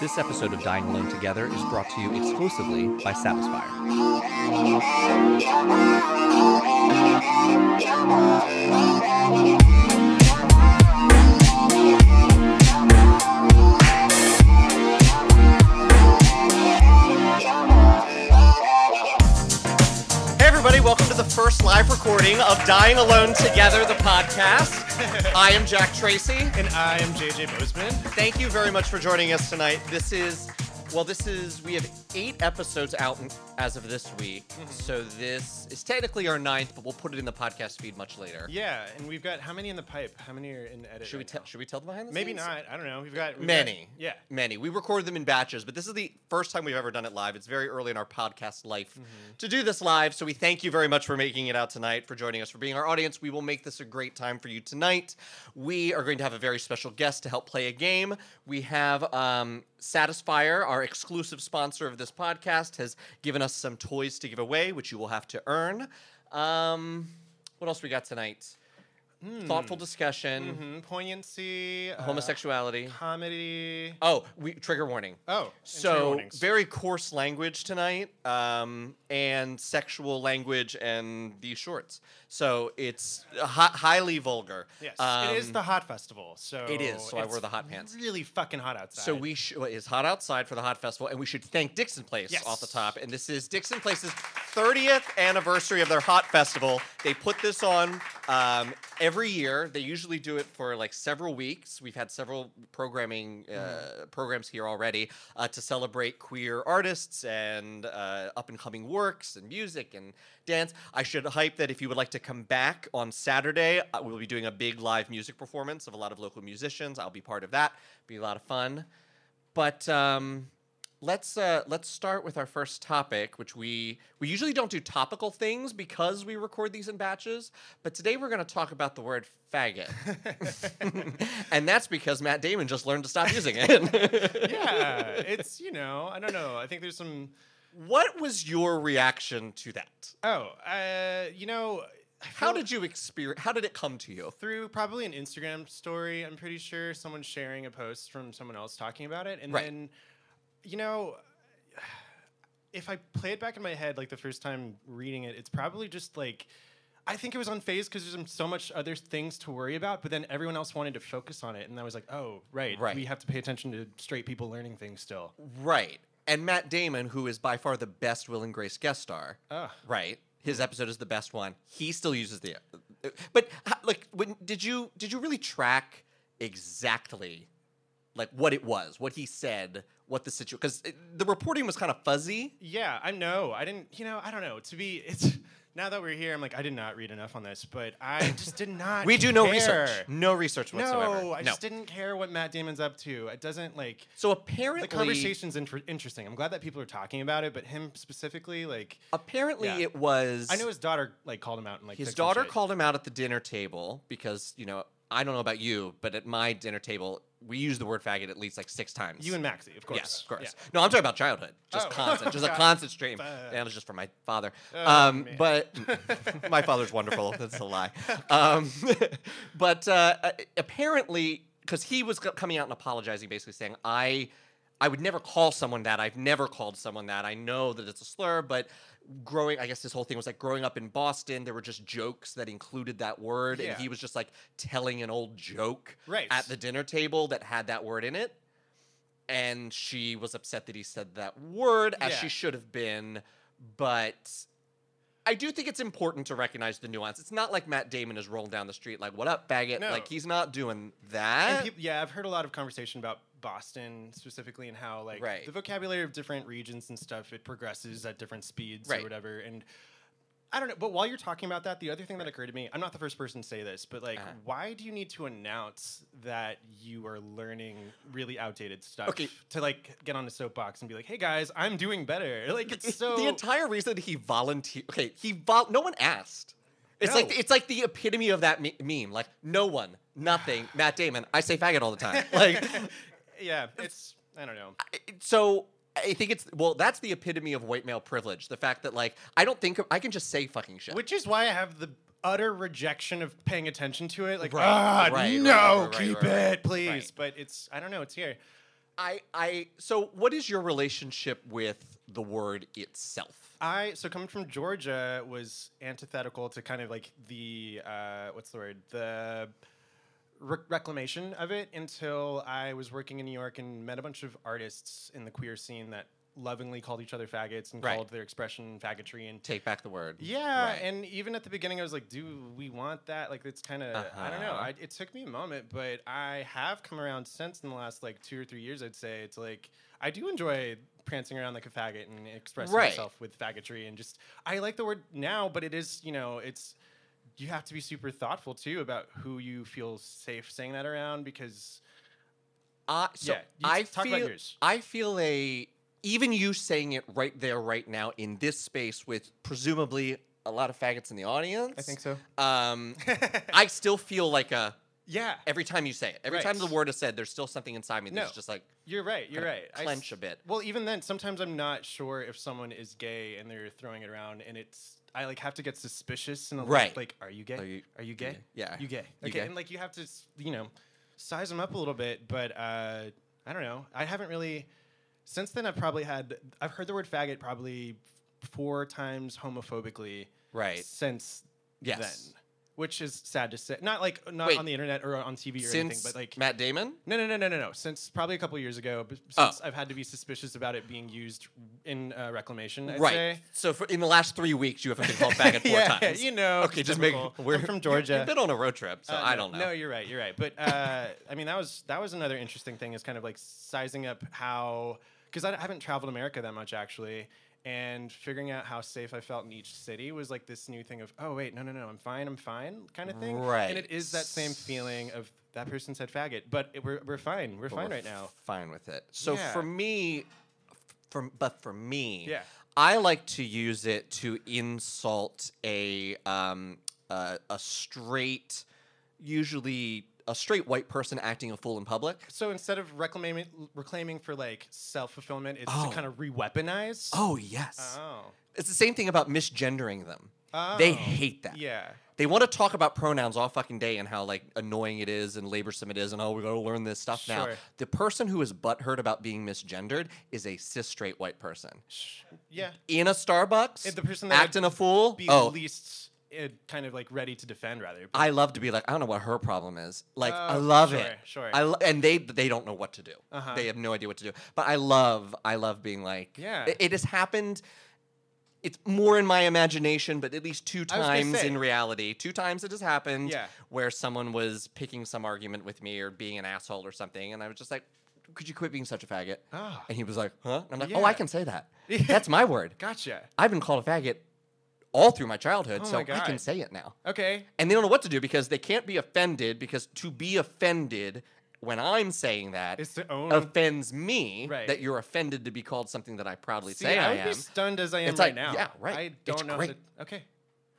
This episode of Dying Alone Together is brought to you exclusively by Satisfyer. Hey, everybody, welcome to the first live recording of Dying Alone Together, the podcast. I am Jack Tracy. And I am JJ Bozeman. Thank you very much for joining us tonight. This is, well, this is, we have eight episodes out in- as of this week. Mm-hmm. So this is technically our ninth, but we'll put it in the podcast feed much later. Yeah, and we've got how many in the pipe? How many are in edit? Should we, right tell? now? should we tell the behind the Maybe scenes? not. I don't know. We've got we've got- Many. yeah. Many. We record them in batches, but this is the first time we've ever done it live. It's very early in our podcast life Mm-hmm. to do this live. So we thank you very much for making it out tonight, for joining us, for being our audience. We will make this a great time for you tonight. We are going to have a very special guest to help play a game. We have um, Satisfyer, our exclusive sponsor of this podcast, has given us some toys to give away, which you will have to earn. Um, what else we got tonight? Hmm. Thoughtful Mhm, discussion, Poignancy. uh, homosexuality. comedy. Oh, we trigger warning. Oh. and trigger so warnings. very coarse language tonight, um, and sexual language and these shorts. So it's hi- highly vulgar. Yes, Um, it is the hot festival. So it is, so I it's wore the hot pants. Really fucking hot outside. So we sh- well, it's hot outside for the hot festival, and we should thank Dixon Place Yes. off the top. And this is Dixon Place's 30th anniversary of their hot festival. They put this on um, every year. They usually do it for like several weeks. We've had several programming uh, programs here already uh, to celebrate queer artists and uh, up and coming works and music and dance. I should hype that if you would like to come back on Saturday, uh, we'll be doing a big live music performance of a lot of local musicians. I'll be part of that. Be a lot of fun. But um, let's uh, let's start with our first topic, which we we usually don't do topical things because we record these in batches. But today we're going to talk about the word faggot, and that's because Matt Damon just learned to stop using it. yeah, it's you know I don't know. I think there's some. what was your reaction to that? Oh, uh, you know. I How feel- did you experience? How did it come to you? through probably an Instagram story, I'm pretty sure, someone sharing a post from someone else talking about it. And Right. then, you know, if I play it back in my head, like the first time reading it, it's probably just like, I think it was on phase because there's so much other things to worry about, but then everyone else wanted to focus on it. And I was like, oh, right, Right. we have to pay attention to straight people learning things still. Right. And Matt Damon, who is by far the best Will and Grace guest star. Ugh. Right. His episode is the best one. He still uses the But h- like when did you did you really track exactly like what it was, what he said, what the situation cuz the reporting was kind of fuzzy. Yeah, I know. I didn't, you know, I don't know. To be, it's. Now that we're here, I'm like, I did not read enough on this, but I just did not. We do no care. research. No research whatsoever. No, I just didn't care what Matt Damon's up to. It doesn't like So apparently the conversation's inter- interesting. I'm glad that people are talking about it, but him specifically, like, apparently Yeah. it was I know his daughter like called him out and like His took some daughter shit. called him out at the dinner table because, you know, I don't know about you, but at my dinner table, we use the word faggot at least like six times. you and Maxie, of course. Yes, of course. Yeah. No, I'm talking about childhood. Just Oh. constant, just a Got it. constant stream. Fuck. And it was just from my father. Oh, um, man. but my father's wonderful. That's a lie. Um, but uh, a- apparently, because he was co- coming out and apologizing, basically saying, "I, I would never call someone that. I've never called someone that. I know that it's a slur, but." Growing, I guess this whole thing was like growing up in Boston. There were just jokes that included that word, Yeah. and he was just like telling an old joke Right. at the dinner table that had that word in it and she was upset that he said that word as Yeah. she should have been but i do think it's important to recognize the nuance it's not like matt damon is rolling down the street like what up faggot No. like he's not doing And that peop- yeah, I've heard a lot of conversation about Boston specifically and how like Right. the vocabulary of different regions and stuff it progresses at different speeds Right. or whatever. And I don't know. But while you're talking about that, the other thing that occurred to me, I'm not the first person to say this, but like, Uh-huh. why do you need to announce that you are learning really outdated stuff? Okay. To like get on a soapbox and be like, hey guys, I'm doing better. Like it's so the entire reason he volunteered okay he vol no one asked it's No. like it's like the epitome of that me- meme like no one nothing matt damon i say faggot all the time like yeah. It's I don't know. so I think it's well, that's the epitome of white male privilege. The fact that like I don't think I can just say fucking shit. Which is why I have the utter rejection of paying attention to it. Like, Right, ah, right, right, no, right, right, keep right, right, it, please. right. But it's, I don't know, it's here. I I so what is your relationship with the word itself? I so coming from Georgia was antithetical to kind of like the uh, what's the word the rec- reclamation of it until I was working in New York and met a bunch of artists in the queer scene that lovingly called each other faggots and Right. called their expression faggotry and Take back the word. yeah Right. and even at the beginning I was like do we want that like it's kind of I don't know Uh-huh. I, it took me a moment but I have come around since in the last like two or three years I'd say it's like I do enjoy prancing around like a faggot and expressing Right. myself with faggotry and just I like the word now, but it is you know it's you have to be super thoughtful too about who you feel safe saying that around because Uh, so yeah, you I talk feel about yours. I feel a even you saying it right there right now in this space with presumably a lot of faggots in the audience. I think so. Um, I still feel like a yeah, every time you say it. Every Right. time the word is said, there's still something inside me that's No. just like you're right. You're kinda right. I clench s- a bit. Well, even then, sometimes I'm not sure if someone is gay and they're throwing it around, and it's I like have to get suspicious and like, Right. like are you gay? Are you- gay? yeah. you gay? You Okay, gay? and like you have to s- you know size them up a little bit, but uh, I don't know. I haven't really since then. I've probably had I've heard the word faggot probably four times homophobically Right. since Yes. then, which is sad to say. Not like not Wait. on the internet or on TV or Since anything, but like Matt Damon. no, no, no, no, no, no. Since probably a couple years ago, but Oh. since I've had to be suspicious about it being used in uh, reclamation. I'd right. say. So for, in the last three weeks, you haven't been called faggot four yeah, times. you know. okay, just make. typical. We're I'm from You've Georgia. been on a road trip, so Uh, I no- don't know. No, you're right. You're right. But uh, I mean, that was that was another interesting thing is kind of like sizing up how because I haven't traveled America that much actually, and figuring out how safe I felt in each city was like this new thing of oh wait no no no I'm fine I'm fine kind of thing. And Right. it is that same feeling of that person said faggot, but it, we're we're fine. We're but fine we're right now. Fine with it. So Yeah. for me, for but for me, Yeah. I like to use it to insult a um a, a straight, usually a straight white person acting a fool in public. So instead of reclaiming reclaiming for like self fulfillment, it's Oh. to kind of reweaponize. Oh yes, Oh. it's the same thing about misgendering them. They Oh. hate that. Yeah. They want to talk about pronouns all fucking day and how like annoying it is and laborsome it is and oh we gotta learn this stuff now. Sure. The person who is butthurt about being misgendered is a cis straight white person. Yeah. In a Starbucks, And the person that would acting a fool. Be oh, Uh. least uh, kind of like ready to defend rather. I love to be like I don't know what her problem is. Like I Oh, love sure, it. sure. I lo- and they they don't know what to do. Uh-huh. They have no idea what to do. But I love I love being like Yeah. It, it has happened. It's more in my imagination, but at least two I was gonna times say. in reality, two times it has happened Yeah. where someone was picking some argument with me or being an asshole or something, and I was just like, "Could you quit being such a faggot?" Ah. And he was like, "Huh?" And I'm like, "Oh, I Yeah. can say that. That's my word. gotcha. I've been called a faggot all through my childhood, Oh so my I can God. say it now." Okay. and they don't know what to do because they can't be offended because to be offended when I'm saying that It's to own. offends me Right. that you're offended to be called something that I proudly See, say I I, would am. be stunned as I am It's right like, now. yeah, right. I It's don't know. if great. it- okay.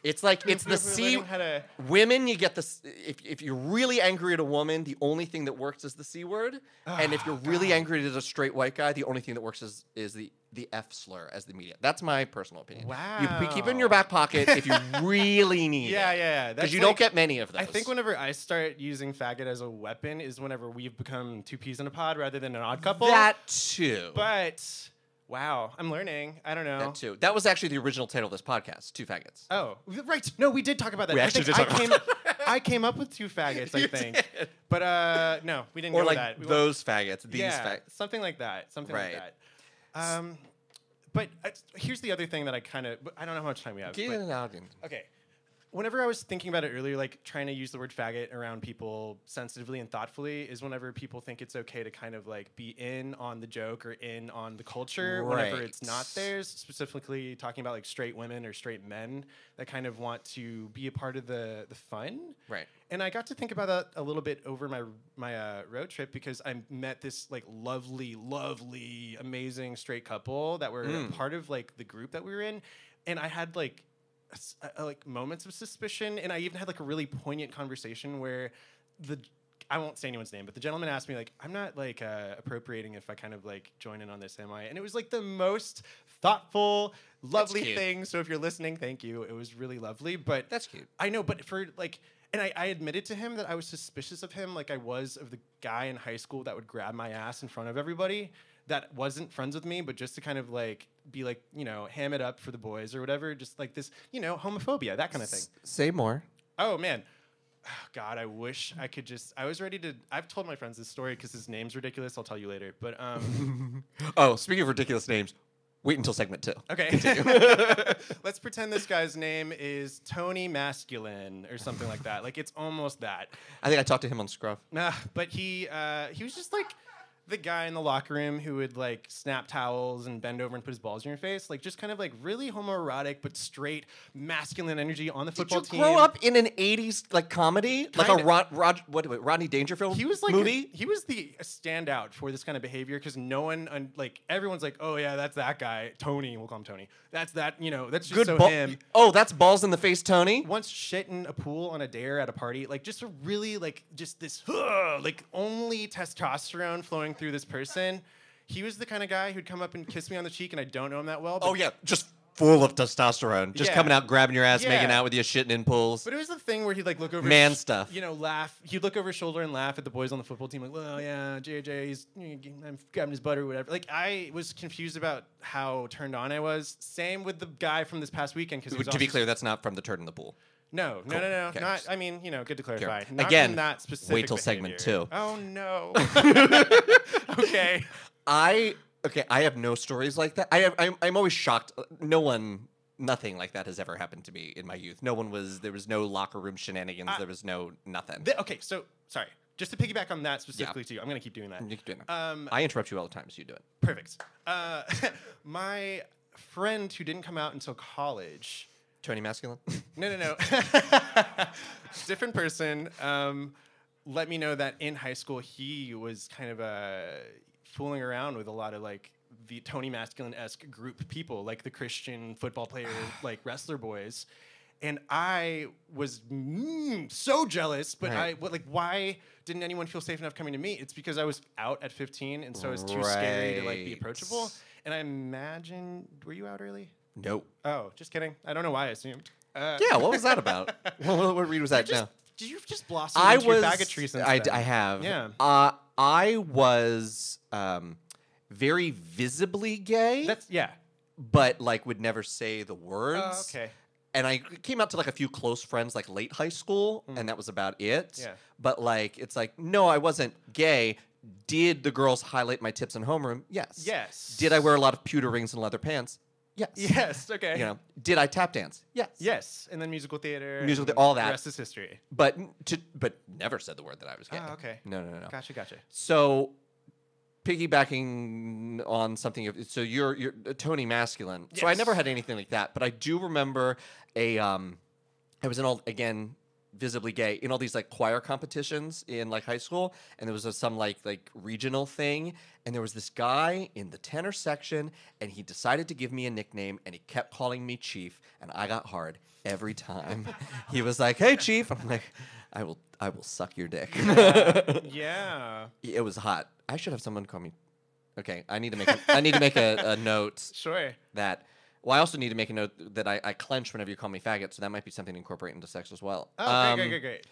It's like it's the We're C learning how to- women you get this if if you're really angry at a woman, the only thing that works is the C word. and Ah, if you're really angry at a straight white guy, the only thing that works is is the the F slur as the media. That's my personal opinion. You p- keep it in your Wow. back pocket if you really need Yeah, yeah, it. yeah. Because That's you like- don't get many of those. I think whenever I start using faggot as a weapon is whenever we've become two peas in a pod rather than an odd couple. that too. But wow, I'm learning. I don't know. That too. That was actually the original title of this podcast, Two Faggots. Oh, right. No, we did talk about that. We I actually think did talk I about came, I came up with two faggots, I You think. did. But uh, no, we didn't or go with like that. We won't- those faggots, these yeah, faggots. something like that. Something Right. like that. Um, but uh, here's the other thing that I kind of I don't know how much time we have. Get but- it out again. Okay. Whenever I was thinking about it earlier, like trying to use the word faggot around people sensitively and thoughtfully, is whenever people think it's okay to kind of like be in on the joke or in on the culture whenever it's Right. not theirs, specifically talking about like straight women or straight men that kind of want to be a part of the, the fun. Right. And I got to think about that a little bit over my my uh, road trip because I met this like lovely, lovely, amazing straight couple that were a part of like the group that we were in, and I had like s- uh, like moments of suspicion, and I even had like a really poignant conversation where the I won't say anyone's name, but the gentleman asked me like, "I'm not like uh, appropriating if I kind of like join in on this, am I?" And it was like the most thoughtful, lovely cute. thing. So if you're listening, thank you. It was really lovely, but That's cute. I know, but for like And I, I admitted to him that I was suspicious of him, like I was of the guy in high school that would grab my ass in front of everybody that wasn't friends with me, but just to kind of like be like, you know, ham it up for the boys or whatever. Just like this, you know, homophobia, that kind of thing. Say more. Oh man. God, I wish I could just. I was ready to. I've told my friends this story because his name's ridiculous. I'll tell you later. But um, Oh, speaking of ridiculous names, wait until segment two. okay, let's pretend this guy's name is Tony Masculine or something like that. Like it's almost that. I think I talked to him on Scruff. Nah, but he uh, he was just like the guy in the locker room who would like snap towels and bend over and put his balls in your face. Like just kind of like really homoerotic but straight masculine energy on the Did football you team. grow up in an '80s like comedy, like a Kinda. Rod, Rod, what, wait, Rodney Dangerfield? he was like movie. he was the standout for this kind of behavior because no one un- like everyone's like oh yeah that's that guy tony we'll call him tony that's that you know that's just so ball- him Oh, that's balls in the face, Tony. once shit in a pool on a dare at a party like just a really like just this "Ugh," like only testosterone flowing through this person he was the kind of guy who'd come up and kiss me on the cheek and i don't know him that well but Oh yeah, just full of testosterone, just Yeah. coming out, grabbing your ass, making Yeah. out with you, shitting in pools. But it was the thing where he'd like look over his Man sh- stuff. You know, laugh. He'd look over his shoulder and laugh at the boys on the football team, like, "Well, yeah, JJ, he's mm, g- I'm grabbing his butt or whatever." Like, I was confused about how turned on I was. Same with the guy from this past weekend because to be clear, that's not from the turd in the pool. no, no, no, no, Okay. not. I mean, you know, good to clarify. Sure. Not Again, from that specific. wait till segment behavior. two. Oh no. okay. I okay, I have no stories like that. I have, I'm I'm always shocked. No one, nothing like that has ever happened to me in my youth. No one was there was no locker room shenanigans. there was no nothing. Uh, Th- okay. So sorry. Just to piggyback on that specifically too, I'm gonna keep doing that. You can do it. Um, I interrupt you all the time, so you do it. perfect. Uh, my friend who didn't come out until college. Tony masculine. No, no, no. Different person. Um, let me know that in high school he was kind of uh, fooling around with a lot of like the Tony Masculine esque group people, like the Christian football player, like wrestler boys. And I was mm, so jealous, but I Right. what, like, why didn't anyone feel safe enough coming to me? It's because I was out at 15, and so I was too scary to like be Right. approachable. And I imagine, were you out early? no. Oh, just kidding. I don't know why I assumed. Uh, Yeah, what was that about? what, what, what read was that? just, no. Did you just blossom I into was. your faggotry since I, then? I have. Yeah. Uh, I was um, very visibly gay, That's yeah. but like would never say the words. Oh, okay. And I came out to like a few close friends like late high school, and that was about it. Mm. Yeah. But like, it's like no, I wasn't gay. Did the girls highlight my tips in homeroom? Yes. Yes. Did I wear a lot of pewter rings and leather pants? Yes. Yes. Okay. You know, did I tap dance? Yes. Yes, and then musical theater. Musical and thea- all that. The rest is history. But n- to, but never said the word that I was gay. Ah, okay. No, no, no, no. Gotcha. Gotcha. So, piggybacking on something, of- so you're you're uh, Tony Masculine. So I never Yes. had anything like that, but I do remember a um, I was in all again visibly gay in all these like choir competitions in like high school, and there was a, some like like regional thing, and there was this guy in the tenor section, and he decided to give me a nickname, and he kept calling me Chief, and I got hard every time. he was like, "Hey, Chief," I'm like, "I will." I will suck your dick. Yeah. it was hot. I should have someone call me. Okay, I need to make a, I need to make a, a note Sure. that. Well, I also need to make a note that I, I clench whenever you call me faggot, so that might be something to incorporate into sex as well. Um, Oh, great, great, great,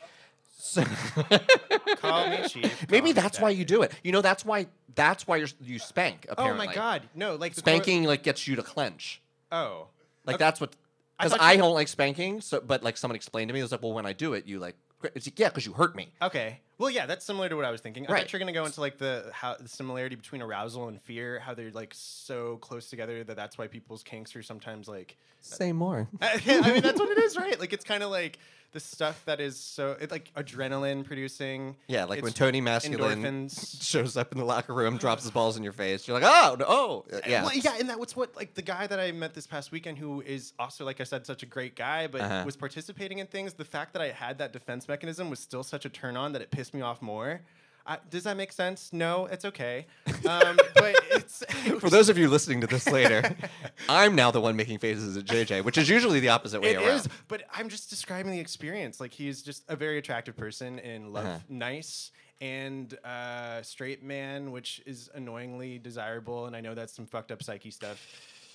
great. Call me chief. maybe call me that's why that. you do it. You know, that's why that's why you're, you spank. Oh Apparently, my God! No, like the cor- spanking like gets you to clench. Oh. Like Okay. that's what. I Because thought I, you- don't like spanking, so but like someone explained to me, it was like, well, when I do it, you like, gr- it's like, yeah, because you hurt me. Okay. Well, yeah, that's similar to what I was thinking. I Right. thought you were gonna go into like the how the similarity between arousal and fear, how they're like so close together that that's why people's kinks are sometimes like Say more. I mean, that's what it is, right? Like, it's kind of like the stuff that is so it's like adrenaline producing. Yeah, like when It's Tony Masculine endorphins. shows up in the locker room, drops his balls in your face. You're like, oh, no, oh, uh, yeah. Well, yeah, and that was what like the guy that I met this past weekend, who is also like I said, such a great guy, but Uh-huh. was participating in things. The fact that I had that defense mechanism was still such a turn on that it pissed me off more. I, does that make sense? No, it's okay. Um, but it's For those of you listening to this later, I'm now the one making faces at JJ, which is usually the opposite way It around. is, but I'm just describing the experience. Like he's just a very attractive person and love Uh-huh. nice and uh, straight man, which is annoyingly desirable. And I know that's some fucked up psyche stuff.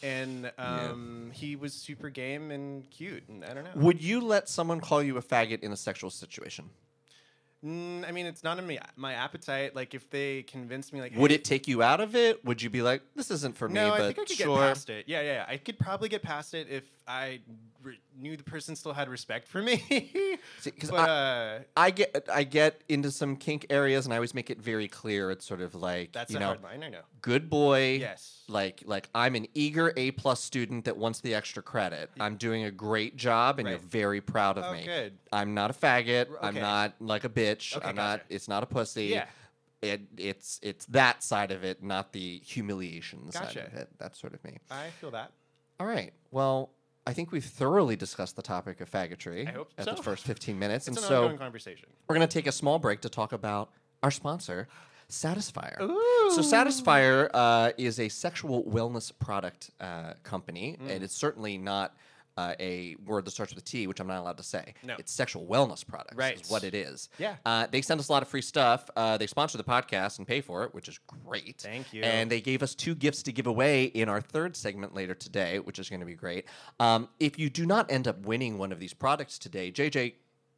and um, he was super game and cute, and I don't know. Would you let someone call you a faggot in a sexual situation? Mm, I mean, it's not in my, my appetite. Like, if they convinced me, like, Would hey, it take you out of it? Would you be like, this isn't for me, No, but I think I could sure. get past it. Yeah, yeah, yeah, I could probably get past it if I re- knew the person still had respect for me. See, 'cause but uh, I get I get into some kink areas and I always make it very clear it's sort of like that's you a know hard line. I know. good boy Yes. like like I'm an eager A plus student that wants the extra credit. I'm doing a great job and Right. you're very proud of Oh, me. good. I'm not a faggot. I'm okay. not like a bitch. Okay, I'm not gotcha. it's not a pussy. Yeah. It, it's it's that side of it, not the humiliation side of Gotcha. it. That's sort of me. I feel that. All right. Well, I think we've thoroughly discussed the topic of faggotry I hope at the so. first 15 minutes. It's and an so ongoing conversation. we're going to take a small break to talk about our sponsor, Satisfier. Oh. So, Satisfier uh, is a sexual wellness product uh, company, Mm. and it's certainly not. Uh, a word that starts with T, which I'm not allowed to say. No. It's sexual wellness products, Right. is what it is. Yeah. Uh, they send us a lot of free stuff. Uh, they sponsor the podcast and pay for it, which is great. Thank you. And they gave us two gifts to give away in our third segment later today, which is going to be great. Um, if you do not end up winning one of these products today, JJ,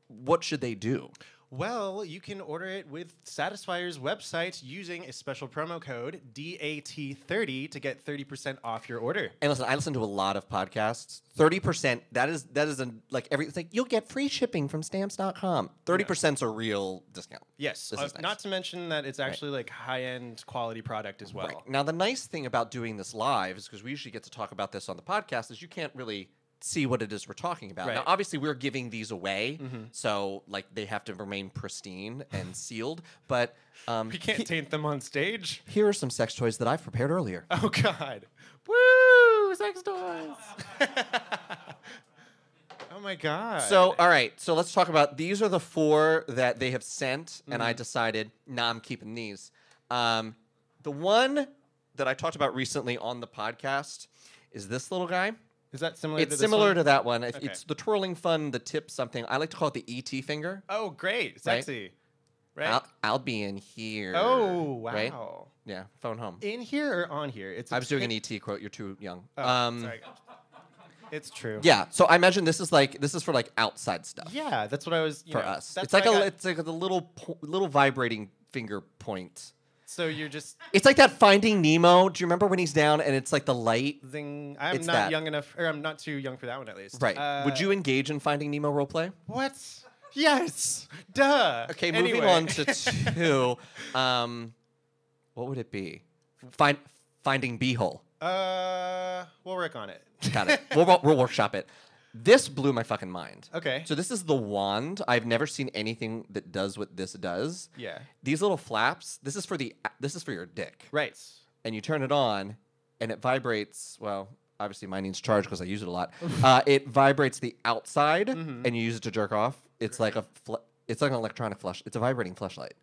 what should they do? Well, you can order it with Satisfier's website using a special promo code DAT30 to get 30% off your order. And listen, I listen to a lot of podcasts. Thirty percent. That is that is a, like every. It's like you'll get free shipping from stamps.com. Thirty percent's a real discount. Yes, This uh, is nice. not to mention that it's actually like high-end quality product as well. Right. Now, the nice thing about doing this live is because we usually get to talk about this on the podcast is you can't really see what it is we're talking about. Now, Right. obviously, we're giving these away, so like they have to remain pristine and sealed. But um, We can't taint them on stage. here are some sex toys that I've prepared earlier. Oh God! Woo! Sex toys. oh my God! So, all right. So let's talk about these are the four that they have sent, and Mm-hmm. I decided, nah, I'm keeping these. Um, the one that I talked about recently on the podcast is this little guy. is that similar? to It's this similar one? to that one. It- Okay. It's the twirling fun, the tip something. I like to call it the ET finger. Oh, great! Sexy, right? I'll, I'll be in here. oh wow! Right? Yeah, phone home. In here or on here? It's. a I was doing ti- an ET quote. You're too young. Oh, um, sorry. It's true. Yeah, so I imagine this is like this is for like outside stuff Yeah, that's what I was. you for know, us. that's It's like a what I got- it's like a little po- little vibrating finger point. So you're just It's like that Finding Nemo. Do you remember when he's down and it's like the light? zing. I'm It's not that. young enough, or I'm not too young for that one at least. Right. Uh, Would you engage in Finding Nemo roleplay? What? Yes. Duh. Okay, moving Anyway. on to two. um, what would it be? Find Finding Beehole. uh, we'll work on it. Got it. we'll, wo- we'll workshop it. This blew my fucking mind. Okay. So this is the wand. I've never seen anything that does what this does. yeah. These little flaps. This is for the. This is for your dick. Right. and you turn it on and it vibrates well obviously mine needs charge because i use it a lot uh, it vibrates the outside and you use it to jerk off it's like a fl- it's like an electronic flush it's a vibrating flashlight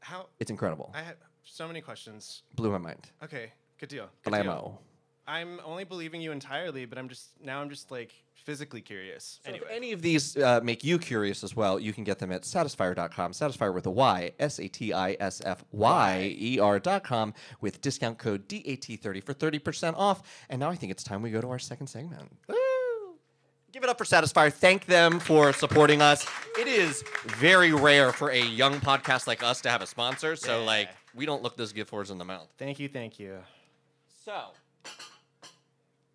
How? it's incredible I have so many questions. blew my mind Okay. Good deal. Good deal. Blammo. I'm only believing you entirely, but I'm just now I'm just like physically curious. So anyway. if any of these uh, make you curious as well, you can get them at satisfier.com, satisfier with a Y, S A T I S F Y E R.com, with discount code DAT30 for 30% off. And now I think it's time we go to our second segment. Give it up for Satisfier. Thank them for supporting us. It is very rare for a young podcast like us to have a sponsor, so Yeah. like we don't look those gift horse in the mouth. thank you. Thank you. So,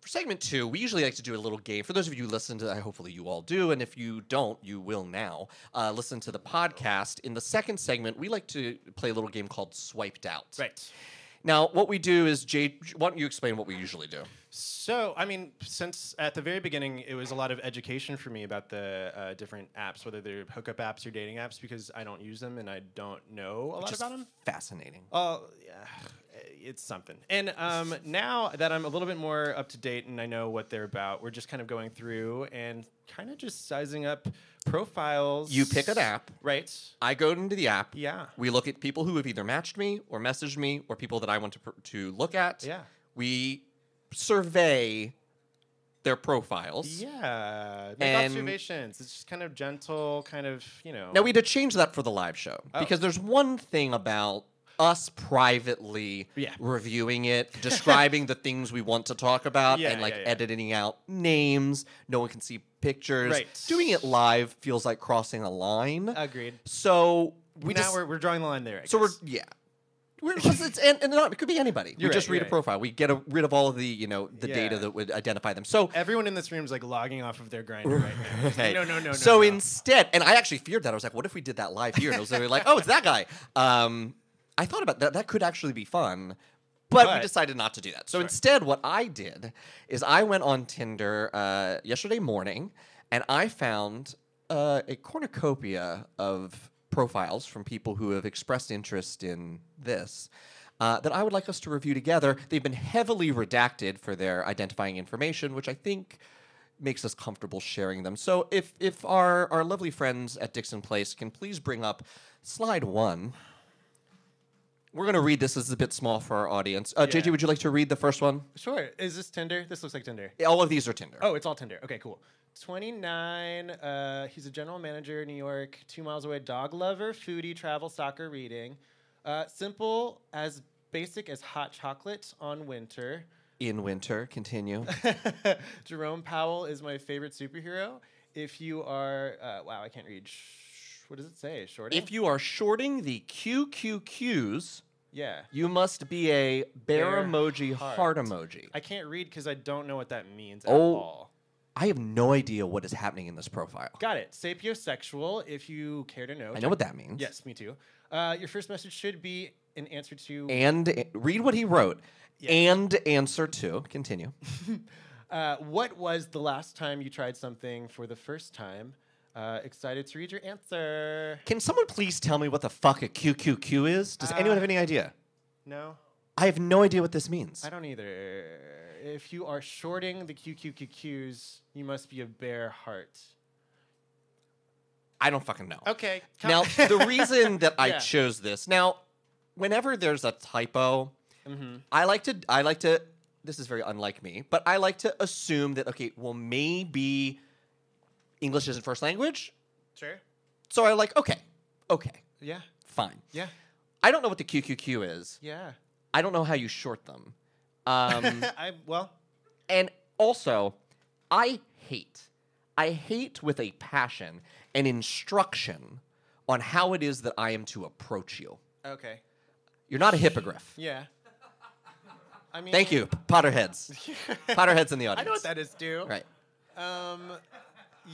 for segment two, we usually like to do a little game. For those of you who listen to that, hopefully you all do. And if you don't, you will now. Uh, listen to the podcast. In the second segment, we like to play a little game called Swiped Out. Right. Now, what we do is, Jay, why don't you explain what we usually do? So, I mean, since at the very beginning, it was a lot of education for me about the uh, different apps, whether they're hookup apps or dating apps, because I don't use them and I don't know a lot Just about them. Fascinating. Oh, yeah, it's something. And um, now that I'm a little bit more up to date and I know what they're about, we're just kind of going through and kind of just sizing up profiles. You pick an app. right? I go into the app. Yeah. We look at people who have either matched me or messaged me or people that I want to, pr- to look at. Yeah. We survey their profiles. Yeah, make And- observations. It's just kind of gentle, kind of you know. Oh. Now we had to change that for the live show because there's one thing about us privately Yeah. reviewing it, describing the things we want to talk about, Yeah, and like yeah, yeah. editing out names. No one can see pictures. Right. Doing it live feels like crossing a line. Agreed. so we We now just we're, we're drawing the line there. I so we're guess. yeah. We're, it's, it's- and, and not, it could be anybody. we You're right, just read you're a right. profile. We get a, rid of all of the you know the data Yeah. that would identify them. So everyone in this room is like logging off of their grinder right now. Just like, Hey. No, no, no. So no, no. instead, and I actually feared that. I was like, what if we did that live here? And it was literally like, oh, it's that guy. Um, I thought about that. That could actually be fun. But, we But- decided not to do that. So instead, what I did is I went on Tinder uh, yesterday morning and I found uh, a cornucopia of profiles from people who have expressed interest in this uh, that I would like us to review together. They've been heavily redacted for their identifying information, which I think makes us comfortable sharing them. So if if our our lovely friends at Dixon Place can please bring up slide one. We're gonna read this. This is a bit small for our audience. Uh, JJ, Yeah. would you like to read the first one? sure. Is this Tinder? This looks like Tinder. All of these are Tinder. Oh, it's all Tinder. Okay, cool. 29. Uh, he's a general manager in New York, two miles away, dog lover, foodie, travel, soccer, reading. Uh, simple, as basic as hot chocolate on winter. In winter, continue. Jerome Powell is my favorite superhero. If you are, uh, wow, I can't read. Sh- what does it say? Short? if you are shorting the QQQs, yeah. you must be a bear, Bear emoji, heart, heart. emoji. I can't read because I don't know what that means at Oh. all. I have no idea what is happening in this profile. Got it. Sapiosexual, if you care to know. I know what that means. Yes, me too. Uh, your first message should be an answer to And eh, read what he wrote. And answer to continue. Uh, what was the last time you tried something for the first time? Uh, excited to read your answer. Can someone please tell me what the fuck a QQQ is? Does anyone Uh, have any idea? No, I have no idea what this means. I don't either. If you are shorting the QQQQs, you must be a bare heart. I don't fucking know. Okay. com- Now, the reason that I Yeah. chose this, now, whenever there's a typo, I like to, I like to, this is very unlike me, but I like to assume that, okay, well, maybe English isn't first language. sure. So I like, okay, okay, Yeah. fine. Yeah. I don't know what the QQQ is. Yeah. I don't know how you short them. Um, I well. And also, I hate, I hate with a passion an instruction on how it is that I am to approach you. Okay. You're not a hippogriff. Yeah. I mean. Thank you, Potterheads. Potterheads in the audience. I know what that is, dude. Right. Um,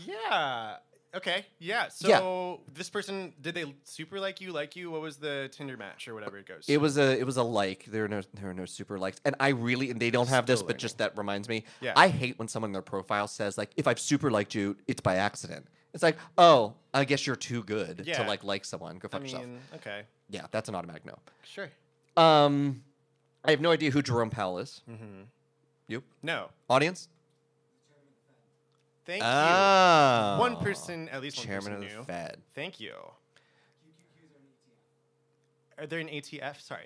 yeah. Okay. Yeah. So Yeah. this person, did they super like you, like you? What was the Tinder match or whatever it goes? It was a it was a like. There are no there are no super likes, and I really and they don't have this, Still but just that reminds me. Yeah. I hate when someone in their profile says like, if I've super liked you, it's by accident. It's like, oh, I guess you're too good to Yeah. like like someone. Go I fuck mean, yourself. okay. Yeah, that's an automatic no. Sure. Um, I have no idea who Jerome Powell is. Mm-hmm. You No. audience? Thank Ah, you. One person, at least one chairman of person the knew. Fed. Thank you. Are there an ATF? Sorry.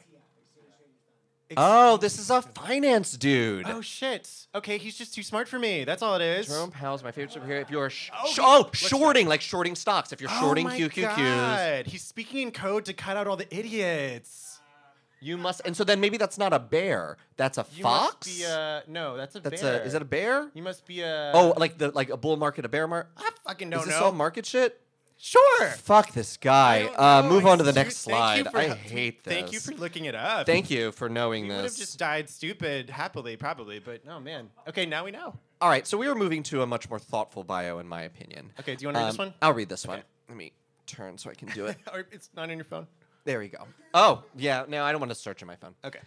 Ex- Oh, this is a finance dude. Oh shit. Okay, he's just too smart for me. That's all it is. Jerome Powell's my favorite superhero. If you're sh- Oh, sh- he- oh what's that? shorting like shorting stocks. If you're Oh shorting my QQQs, God. He's speaking in code to cut out all the idiots. you must. And so then maybe that's not a bear. That's a You fox. Must be a, no, that's a that's bear. a. Is that a bear? You must be a. Oh, like the like a bull market, a bear market. I fucking don't is this know. all market shit? sure. Fuck this guy. Uh, move on to the next Thank slide. you for- I hate this. Thank you for looking it up. Thank you for knowing We this. would have just died stupid happily, probably, but no, man. Okay, now we know. All right, so we are moving to a much more thoughtful bio, in my opinion. Um, Okay, do you wanna read this one? I'll read this one. Okay. Let me turn so I can do it. or it's not on your phone. there we go. Oh, yeah, no, I don't want to search in my phone. Okay.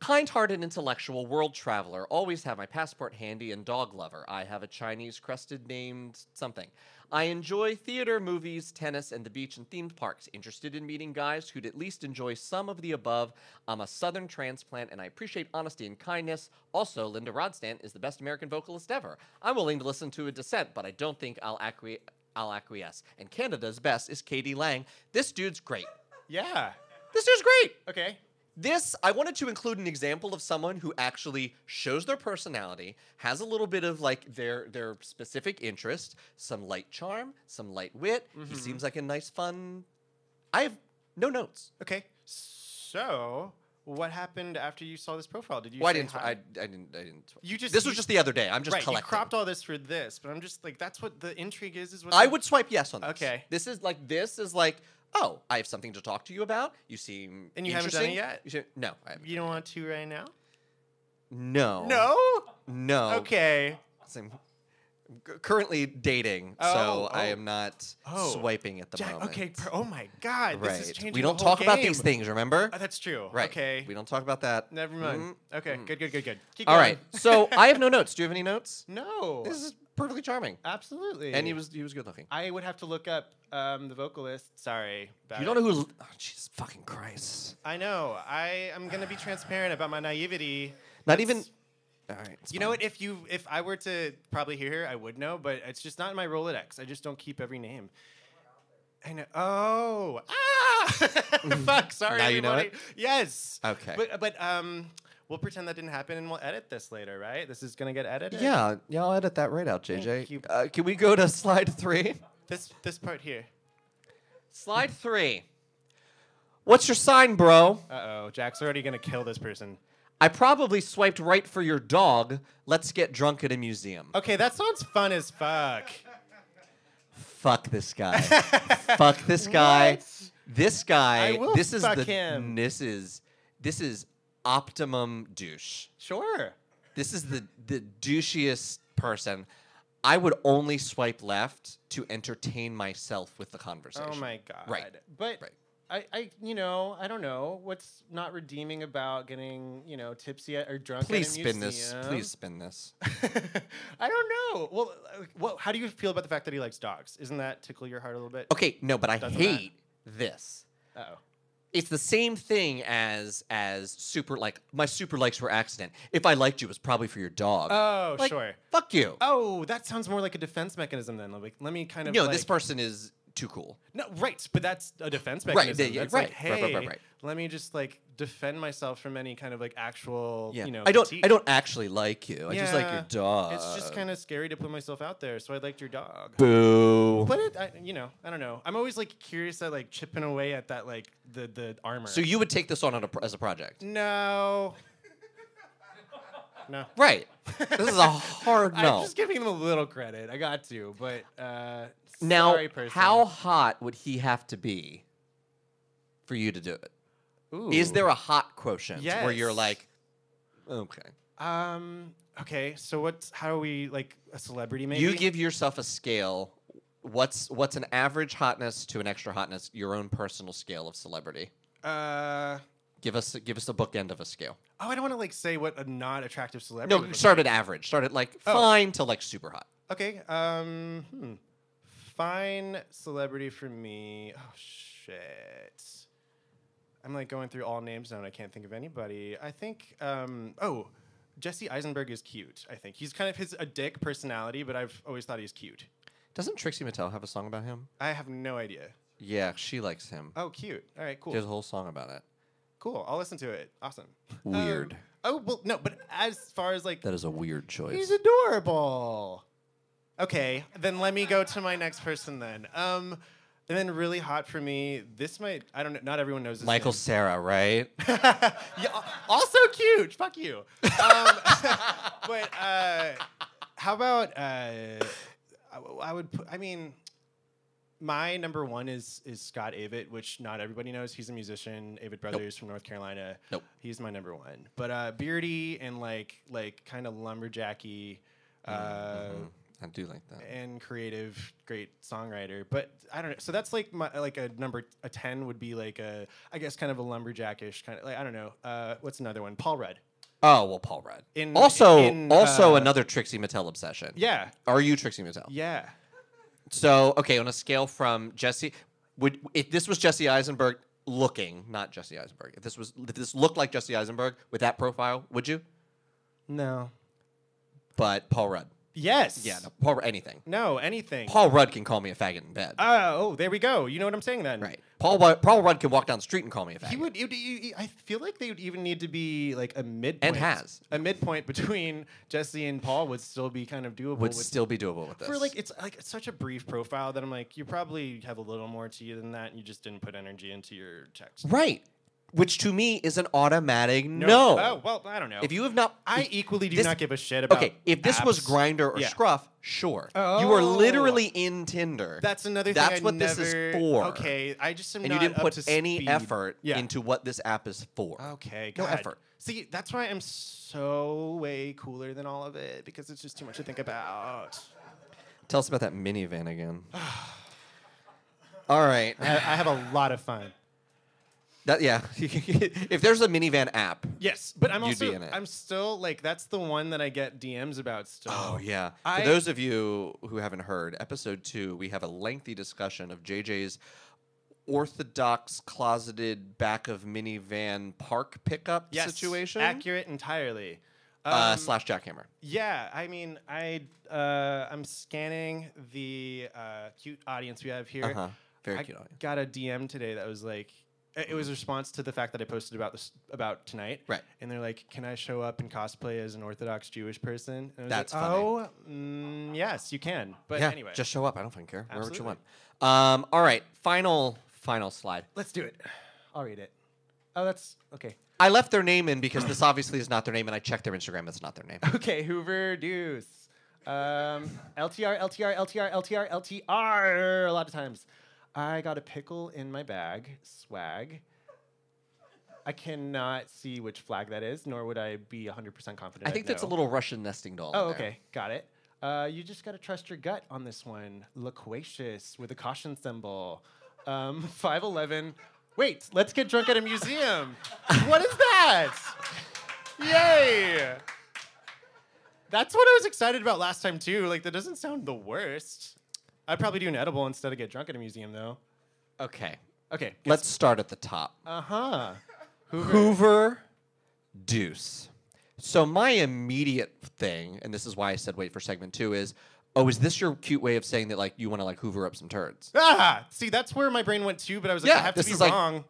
Kind hearted intellectual world traveler, always have my passport handy and dog lover. I have a Chinese crested named something. I enjoy theater, movies, tennis, and the beach and themed parks. Interested in meeting guys who'd at least enjoy some of the above. I'm a southern transplant and I appreciate honesty and kindness. Also, Linda Rodstand is the best American vocalist ever. I'm willing to listen to a dissent, but I don't think I'll, acqui- I'll acquiesce. And Canada's best is Katie Lang. This dude's great. Yeah. This dude's great. Okay. This, I wanted to include an example of someone who actually shows their personality, has a little bit of like their their specific interest, some light charm, some light wit. He seems like a nice, fun. I have no notes. Okay. So, what happened after you saw this profile? Did you? Well, I say didn't. tw- hi? I, I didn't. I didn't. tw- you just. this was you- just the other day. I'm just right. collecting. You cropped all this for this, but I'm just like, that's what the intrigue is. Is what I the- would swipe yes on this. Okay. This is like this is like oh I have something to talk to you about. You seem And you haven't done it interesting. yet? You should, no, I haven't. You don't want to right now? No. No. No. Okay. I'm c- currently dating, Oh, so I oh. am not Oh. swiping at the Jack, moment. okay. per- Oh my God. right. This is changing. we the don't whole talk about game. these things. Remember? Oh, that's true. right. Okay. We don't talk about that. Never mind. Mhm. Okay. Good. Good. Good. Good. Keep All going. right. So I have no notes. Do you have any notes? no. This is perfectly charming. absolutely. And he was he was good looking. I would have to look up um, the vocalist. Sorry. about You it. don't know who? Oh, Jesus fucking Christ! I know. I am gonna be transparent about my naivety. Not That's- even. All right. it's You know fine. what? If you, if I were to probably hear her, I would know, but it's just not in my Rolodex. I just don't keep every name. I know. Oh, ah! Fuck. Sorry. Mm-hmm. Now you know everybody. it? Yes. Okay. But but um, we'll pretend that didn't happen, and we'll edit this later, right? This is gonna get edited. Yeah, yeah, I'll edit that right out, Thank you. JJ. Uh, can we go to slide three? This this part here. Slide three. What's your sign, bro? Uh oh. Jack's already gonna kill this person. I probably swiped right for your dog. Let's get drunk at a museum. Okay, that sounds fun as fuck. Fuck this guy. Fuck this guy. What? This guy. I will this is fuck the. him. This is. This is optimum douche. Sure. This is the the douchiest person. I would only swipe left to entertain myself with the conversation. Oh my god. Right. But Right. I, I, you know, I don't know what's not redeeming about getting, you know, tipsy at, or drunk. Please at a spin this. museum. Please spin this. I don't know. Well, uh, well, how do you feel about the fact that he likes dogs? Isn't that tickle your heart a little bit? Okay, no, but I Doesn't matter. hate this. Uh-oh. It's the same thing as as super like my super likes were accident. If I liked you, it was probably for your dog. Oh, Like, sure. Fuck you. Oh, that sounds more like a defense mechanism then. Like, let me kind of no, this like- person is too cool. No, right, but that's a defense mechanism. yeah, that's like, right, right, hey, right, right, right. let me just like defend myself from any kind of like actual, Yeah, you know. I don't. critique. I don't actually like you. I just like your Yeah, dog. It's just kind of scary to put myself out there, so I liked your dog. boo. But it, I, you know, I don't know. I'm always like curious at like chipping away at that like the the armor. so you would take this on, on a, pro- as a project, no, no. right? This is a hard I'm no. just giving them a little credit. I got to, but uh, Now, sorry, person. how hot would he have to be for you to do it? Ooh. Is there a hot quotient where you're Yes. like, okay? Um. Okay. So what's how are we like a celebrity? Maybe You give yourself a scale. What's what's an average hotness to an extra hotness? Your own personal scale of celebrity. Uh. Give us give us a bookend of a scale. Oh, I don't want to like say what a not attractive celebrity. No, looks start at average. Start at like Oh. fine to like super hot. Okay. Um. Hmm. Fine celebrity for me. Oh shit. I'm like going through all names now, and I can't think of anybody. I think. Um. Oh, Jesse Eisenberg is cute. I think he's kind of his a dick personality, but I've always thought he's cute. Doesn't Trixie Mattel have a song about him? I have no idea. Yeah, she likes him. Oh, cute. All right. Cool. There's a whole song about it. cool. I'll listen to it. Awesome. Um, Weird. oh well, no, but as far as like That is a weird He's choice. adorable. Okay, then let me go to my next person then. Um, and then really hot for me. This might I don't know. Not everyone knows this. Michael Sarah, right? yeah, al- also cute. Fuck you. Um, but uh, how about uh, I, w- I would put. I mean, my number one is is Scott Avett, which not everybody knows. He's a musician. Avett Brothers from North Carolina. Nope. He's my number one. But uh, beardy and like like kind of lumberjacky. Uh, Mhm. I do like that. and creative, great songwriter. But I don't know. So that's like my like a number a ten would be like a I guess kind of a lumberjackish kind of like I don't know. Uh, what's another one? Paul Rudd. Oh well, Paul Rudd. In- also, in, also uh, another Trixie Mattel obsession. Yeah, Are you Trixie Mattel? yeah. So okay, on a scale from Jesse, would if this was Jesse Eisenberg looking, not Jesse Eisenberg, if this was if this looked like Jesse Eisenberg with that profile, would you? No. But Paul Rudd, Yes. yeah, no, Paul Rudd- anything. No. Anything. Paul Rudd can call me a faggot in bed, Oh, oh, there we go. You know what I'm saying then. right? Paul Rudd, Paul Rudd can walk down the street and call me a faggot. He would. It would he- he- I feel like they would even need to be like a midpoint. has. a midpoint between Jesse and Paul would still be kind of doable. would with still be doable with this. for like it's like it's such a brief profile that I'm like you probably have a little more to you than that and you just didn't put energy into your text. right. which to me is an automatic no. Oh, well, I don't know. If you have not, I if- equally do this- not give a shit about. okay, if this was apps. Grinder or Yeah. Scruff, sure, you are Oh. literally in Tinder. That's another. That's thing I what this is never- for. Okay, I just am and you not didn't up put to any speed. effort yeah. into what this app is for. Okay, No God. effort. See, that's why I'm so way cooler than all of it because it's just too much to think about. Tell us about that minivan again. All right, I, I have a lot of fun. that yeah. if there's a minivan app, Yes, but I'm You'd also be in it. I'm still like that's the one that I get DMs about still. Oh yeah. I- For those of you who haven't heard, episode two, we have a lengthy discussion of JJ's orthodox closeted back of minivan park pickup Yes, situation accurate entirely. Um, uh, slash jackhammer. yeah, I mean, I uh, I'm scanning the uh, cute audience we have here. Uh huh. Very I cute. audience. got a DM today that was like, it it was a response to the fact that I posted about this about tonight. Right. And they're like, "Can I show up and cosplay as an Orthodox Jewish person?" And I was That's like, funny. Oh, mm, yes, you can. But yeah. anyway, Just show up. I don't fucking care. Wherever you Absolutely. want. Um. All right. Final. Final slide. let's do it. I'll read it. Oh, that's okay. I left their name in because this obviously is not their name, and I checked their Instagram. It's not their name. Okay, Hoover Deuce. Um, LTR, LTR, LTR, LTR, LTR. A lot of times. I got a pickle in my bag, swag. I cannot see which flag that is, nor would I be 100% confident. I I'd think that's a know. little Russian nesting doll. Oh, in there. okay. Got it. Uh, you just got to trust your gut on this one. Loquacious with a caution symbol. Um, 5'11. Wait, let's get drunk at a museum. what is that? Yay! That's what I was excited about last time, too. Like, that doesn't sound the worst. I'd probably do an edible instead of get drunk at a museum, though. Okay. Okay. Let's start at the top. Uh huh. Hoover Deuce. So my immediate thing, and this is why I said wait for segment two, is oh, is this your cute way of saying that like you want to like hoover up some turds? Ah! See, that's where my brain went, too, but I was like, Yeah, I have to this be is like- wrong.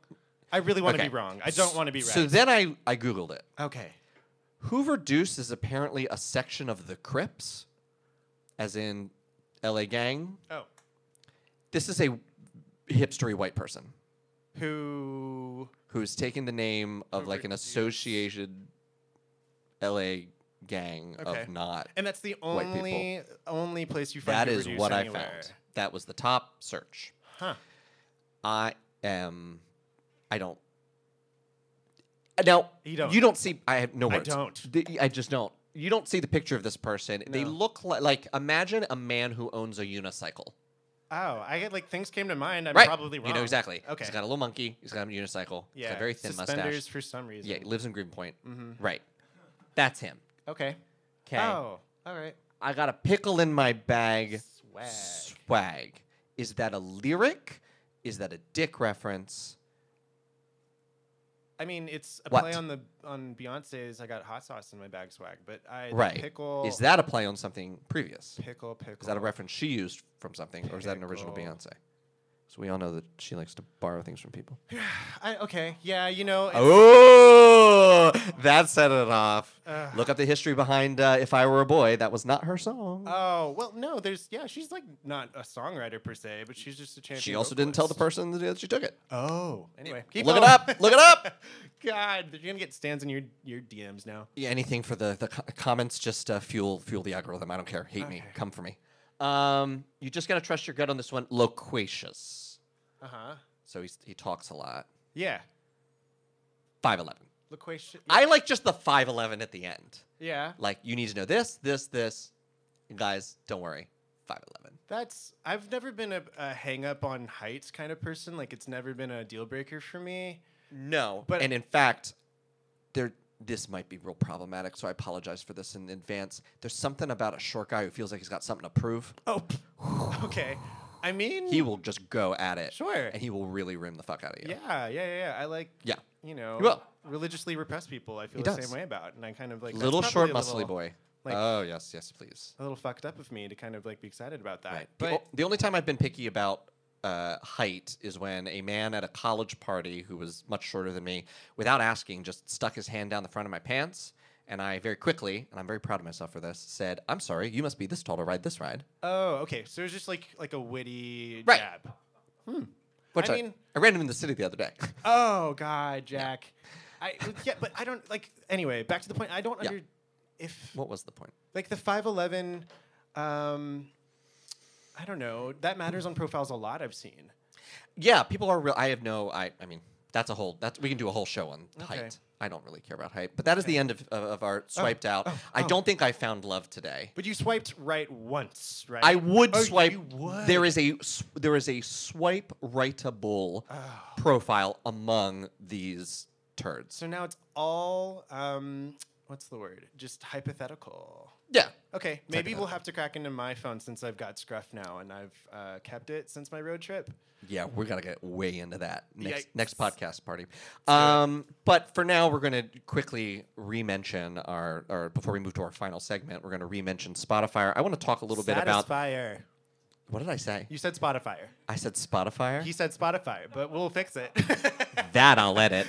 I really want to Okay. be wrong. I don't want to be Oh. right. So then I I Googled it. okay. Hoover Deuce is apparently a section of the Crips, as in LA gang. Oh. This is a hipstery white person who who's taken the name of like Hoover an Deuce. associated LA gang Okay. of not. and that's the White people. only only place you find That Hoover is Deuce what I anywhere. found. That was the top search. Huh. I am. I don't. Now You don't. You don't see. I have no I words. don't. The- I just don't. You don't see the picture of this person. They No. look like like imagine a man who owns a unicycle. Oh, I had like things came to mind. I'm right. probably wrong. You know exactly. Okay. He's got a little monkey. He's got a unicycle. He's got yeah. a very thin Suspenders Mm-hmm. mustache. for some reason. Yeah. He lives in Greenpoint. Right. That's him. Okay. Okay. Oh. All right. I got a pickle in my bag. Swag. Swag. Is that a lyric? Is that a dick reference? I mean, it's a What? play on the on Beyonce's. I got hot sauce in my bag swag, but I the right. pickle Is that a play on something previous? pickle pickle. Is that a reference she used from something, or is that an original Pickle. Beyonce? So we all know that she likes to borrow things from people. I, okay. Yeah. You know. it's- Oh, that set it off. Ugh. Look up the history behind uh, "If I Were a Boy." That was not her song. Oh well, no. There's yeah. She's like not a songwriter per se, but she's just a champion. she also didn't tell the vocalist. person that she took it. Oh. Anyway, keep Look it going. up. Look it up. God, you're gonna get stands in your your DMs now. Yeah, anything for the the co- comments just uh, fuel fuel the algorithm. I don't care. Hate me. Okay. Come for me. Um, you just gotta trust your gut on this one. Loquacious. Uh huh. So he's, he talks a lot. Yeah. Five eleven. Loquacious. I like just the five eleven at the end. yeah. Like you need to know this, this, this. Guys, don't worry. Five eleven. That's. I've never been a, a hang up on heights kind of person. Like it's never been a deal breaker for me. No, But- and in fact, there this might be real problematic. So I apologize for this in advance. There's something about a short guy who feels like he's got something to prove. Oh. okay. I mean. He will just go at it. Sure. And he will really rim the fuck out of you. Yeah. Yeah. Yeah. yeah. I like. Yeah. You know. will. Religiously repressed people. I feel He the does. same way about, and I kind of like. that's little probably short, a muscly little- boy. like- oh yes, yes, please. A little fucked up of me to kind of like be excited about that. Right. The But o- the only time I've been picky about uh, height is when a man at a college party who was much shorter than me, without asking, just stuck his hand down the front of my pants. And I very quickly, and I'm very proud of myself for this, said, I'm sorry, you must be this tall to ride this ride. oh, okay. So it was just like like a witty Right. jab. Hmm. Which I I, mean- I ran him in the city the other day. Oh God, Jack. I yeah, but I don't like. Anyway, back to the point. I don't Yeah. under if what was the point? like the five eleven. Um, I don't know. That matters on profiles a lot. I've seen. Yeah, people are real. I have no. I. I mean, that's a whole. That's we can do a whole show on Okay. height. I don't really care about height, but that is the end of, of, of our swiped out. I oh. don't think I found love today. But you swiped right once, right? I would Oh, swipe. You would. There is a s- there is a swipe rightable Oh. profile among these turds. So now it's all um, what's the word? Just hypothetical. Yeah. Okay, maybe hypothetical. we'll have to crack into my phone since I've got Scruff now and I've uh, kept it since my road trip. Yeah, we're gonna get way into that next next Yikes. podcast party. Um, but for now, we're gonna quickly re-mention our or before we move to our final segment, we're gonna re-mention Spotify. I want to talk a little bit about Satisfier. what did I say? You said Spotify. I said Spotify. He said Spotify, but we'll fix it. that I'll let it.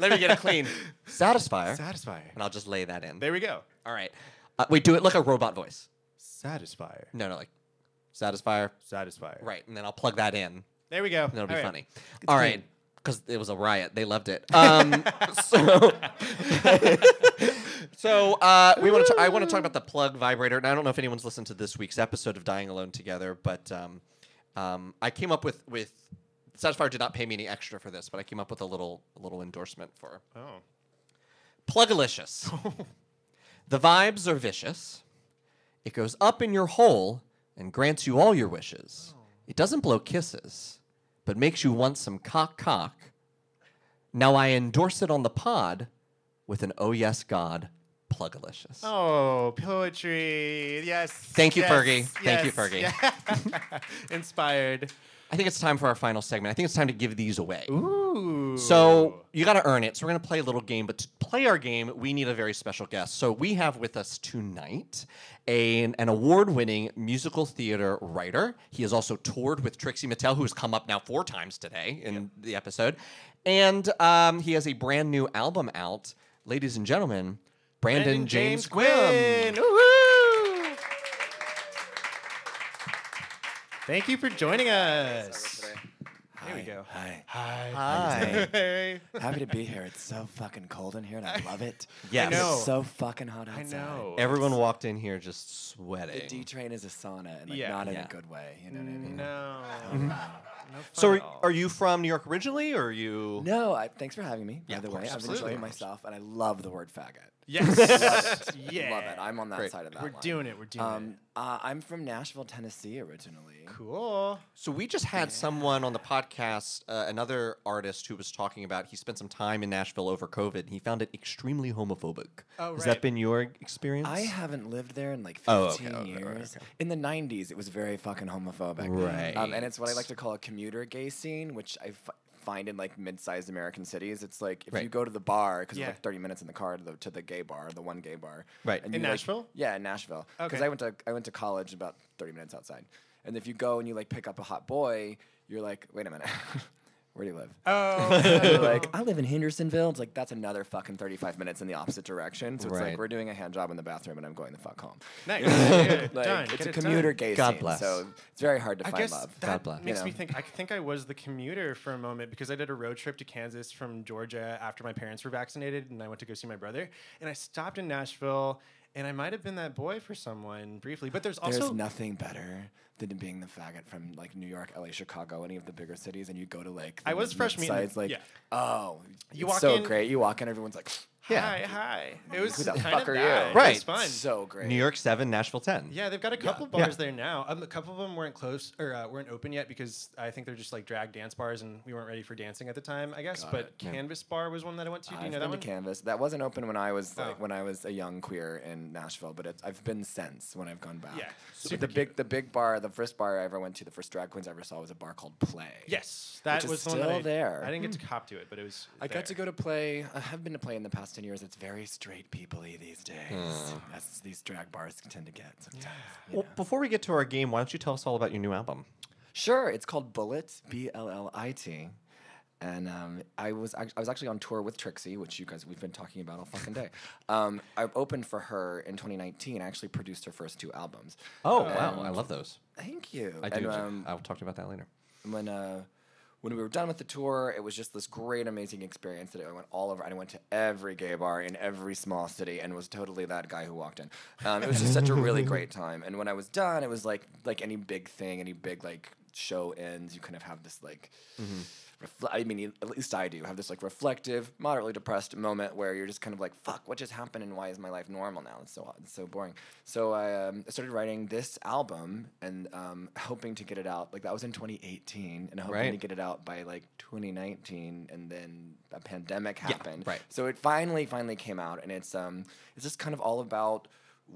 let me get it clean. Satisfier, Satisfier. and I'll just lay that in. There we go. All right. Uh, wait, do it like a robot voice. Satisfier. No, no, like Satisfier. Satisfier. Right, and then I'll plug that in. There we go. That'll be All right. funny. All clean. right, because it was a riot. They loved it. Um, so, so uh, we want to. I want to talk about the plug vibrator, and I don't know if anyone's listened to this week's episode of Dying Alone Together, but um, um, I came up with with Satisfier did not pay me any extra for this, but I came up with a little a little endorsement for Oh. Plugalicious. the vibes are vicious. It goes up in your hole and grants you all your wishes. It doesn't blow kisses, but makes you want some cock cock. Now I endorse it on the pod with an oh yes God plugalicious. Oh, poetry. Yes. Thank you, yes, Fergie. Thank you, yes, Fergie. yeah. Inspired. I think it's time for our final segment. I think it's time to give these away. Ooh. So you got to earn it. So we're going to play a little game, but to play our game, we need a very special guest. So we have with us tonight an, an award-winning musical theater writer. He has also toured with Trixie Mattel, who has come up now four times today in the episode, and um, he has a brand new album out, ladies and gentlemen. Brandon, Brandon James, James Quinn. Quinn. Woohoo! Thank you for joining us. There we go. Hi. Hi. Hey. Happy to be here. It's so fucking cold in here and I love it. Yes. I know. It's so fucking hot I outside. know. Everyone walked in here just sweating. The D train is a sauna and like Yeah. Mm, not in Yeah. a good way. You know what I mean? No. No Mm-hmm. so, fun are, at all. are you from New York originally, or are you? No, I, thanks for having me. Yeah, by the of way, course, I've absolutely. enjoyed myself and I love the word faggot. Yes. yeah. Love it. I'm on that Great. side of that. We're one. doing it. We're doing Um, it. uh, I'm from Nashville, Tennessee originally. Cool. So we just had someone on the podcast, uh, another artist who was talking about he spent some time in Nashville over COVID. And he found it extremely homophobic. Oh, Has right. that been your experience? I haven't lived there in like 15 Oh, okay, okay, okay, years. okay. In the 90s, it was very fucking homophobic. Um, and it's what I like to call a commuter gay scene, which I f- find in like mid-sized American cities. It's like if Right. you go to the bar, because Yeah. it's like 30 minutes in the car to the, to the gay bar, the one gay bar. Right. and In you, like- Nashville? yeah, in Nashville. Because Okay. I went to I went to college about 30 minutes outside. And if you go and you like pick up a hot boy, you're like, wait a minute. Where do you live? Oh. You're like, I live in Hendersonville. It's like, that's another fucking 35 minutes in the opposite direction. So it's Right. like, we're doing a hand job in the bathroom and I'm going the fuck home. nice. Yeah, Like, done. it's Get a it done. commuter gay God scene. bless. So it's very hard to I find guess love. that God bless. makes You me know. think. I think I was the commuter for a moment because I did a road trip to Kansas from Georgia after my parents were vaccinated, and I went to go see my brother. And I stopped in Nashville, and I might have been that boy for someone briefly. But there's also There's nothing better than being the faggot from like New York, LA, Chicago, any of the bigger cities, and you go to like the I was mid- fresh meat in the- mid-sides, like yeah. oh, You you walk walk so in- great. You walk in, everyone's like, hi, hi. It was Who the kind fuck of are you? that. It Right. was fun. so great. New York 7, Nashville 10. Yeah, they've got a couple Yeah. bars there now. Um, a couple of them weren't close or uh, weren't open yet because I think they're just like drag dance bars, and we weren't ready for dancing at the time, I guess. Got but it. Canvas Bar was one that I went to. Do you I've know been that one? to Canvas. That wasn't open when I was like, Oh. when I was a young queer in Nashville, but it's, I've been since when I've gone back. Yeah, But super the big the big bar, the first bar I ever went to, the first drag queens I ever saw was a bar called Play. yes, that is was the one that still I- there. I didn't get to cop to it, but it was. I got to there. go to play. I have been to play in the past ten years. It's very straight people-y these days. Hmm. That's these drag bars tend to get sometimes. you Well, know. before we get to our game, why don't you tell us all about your new album? Sure, it's called Bullet, B L L I T. And um, I was act- I was actually on tour with Trixie, which you guys we've been talking about all fucking day. Um, I opened for her in 2019. I actually produced her first two albums. Oh, wow. I love those. Thank you. I And, do. um, I'll talk to you about that later. when uh, when we were done with the tour, it was just this great, amazing experience that I went all over. I went to every gay bar in every small city and was totally that guy who walked in. Um, it was just such a really great time. And when I was done, it was like like any big thing, any big like show ends, you kind of have this like. refle- I mean, at least I do have this like reflective, moderately depressed moment where you're just kind of like, "Fuck, what just happened, and why is my life normal now? It's so it's so boring." So I um, started writing this album and um, hoping to get it out. Like that was in 2018, and hoping Right. to get it out by like 2019, and then a pandemic happened. right. So it finally, finally came out, and it's um, it's just kind of all about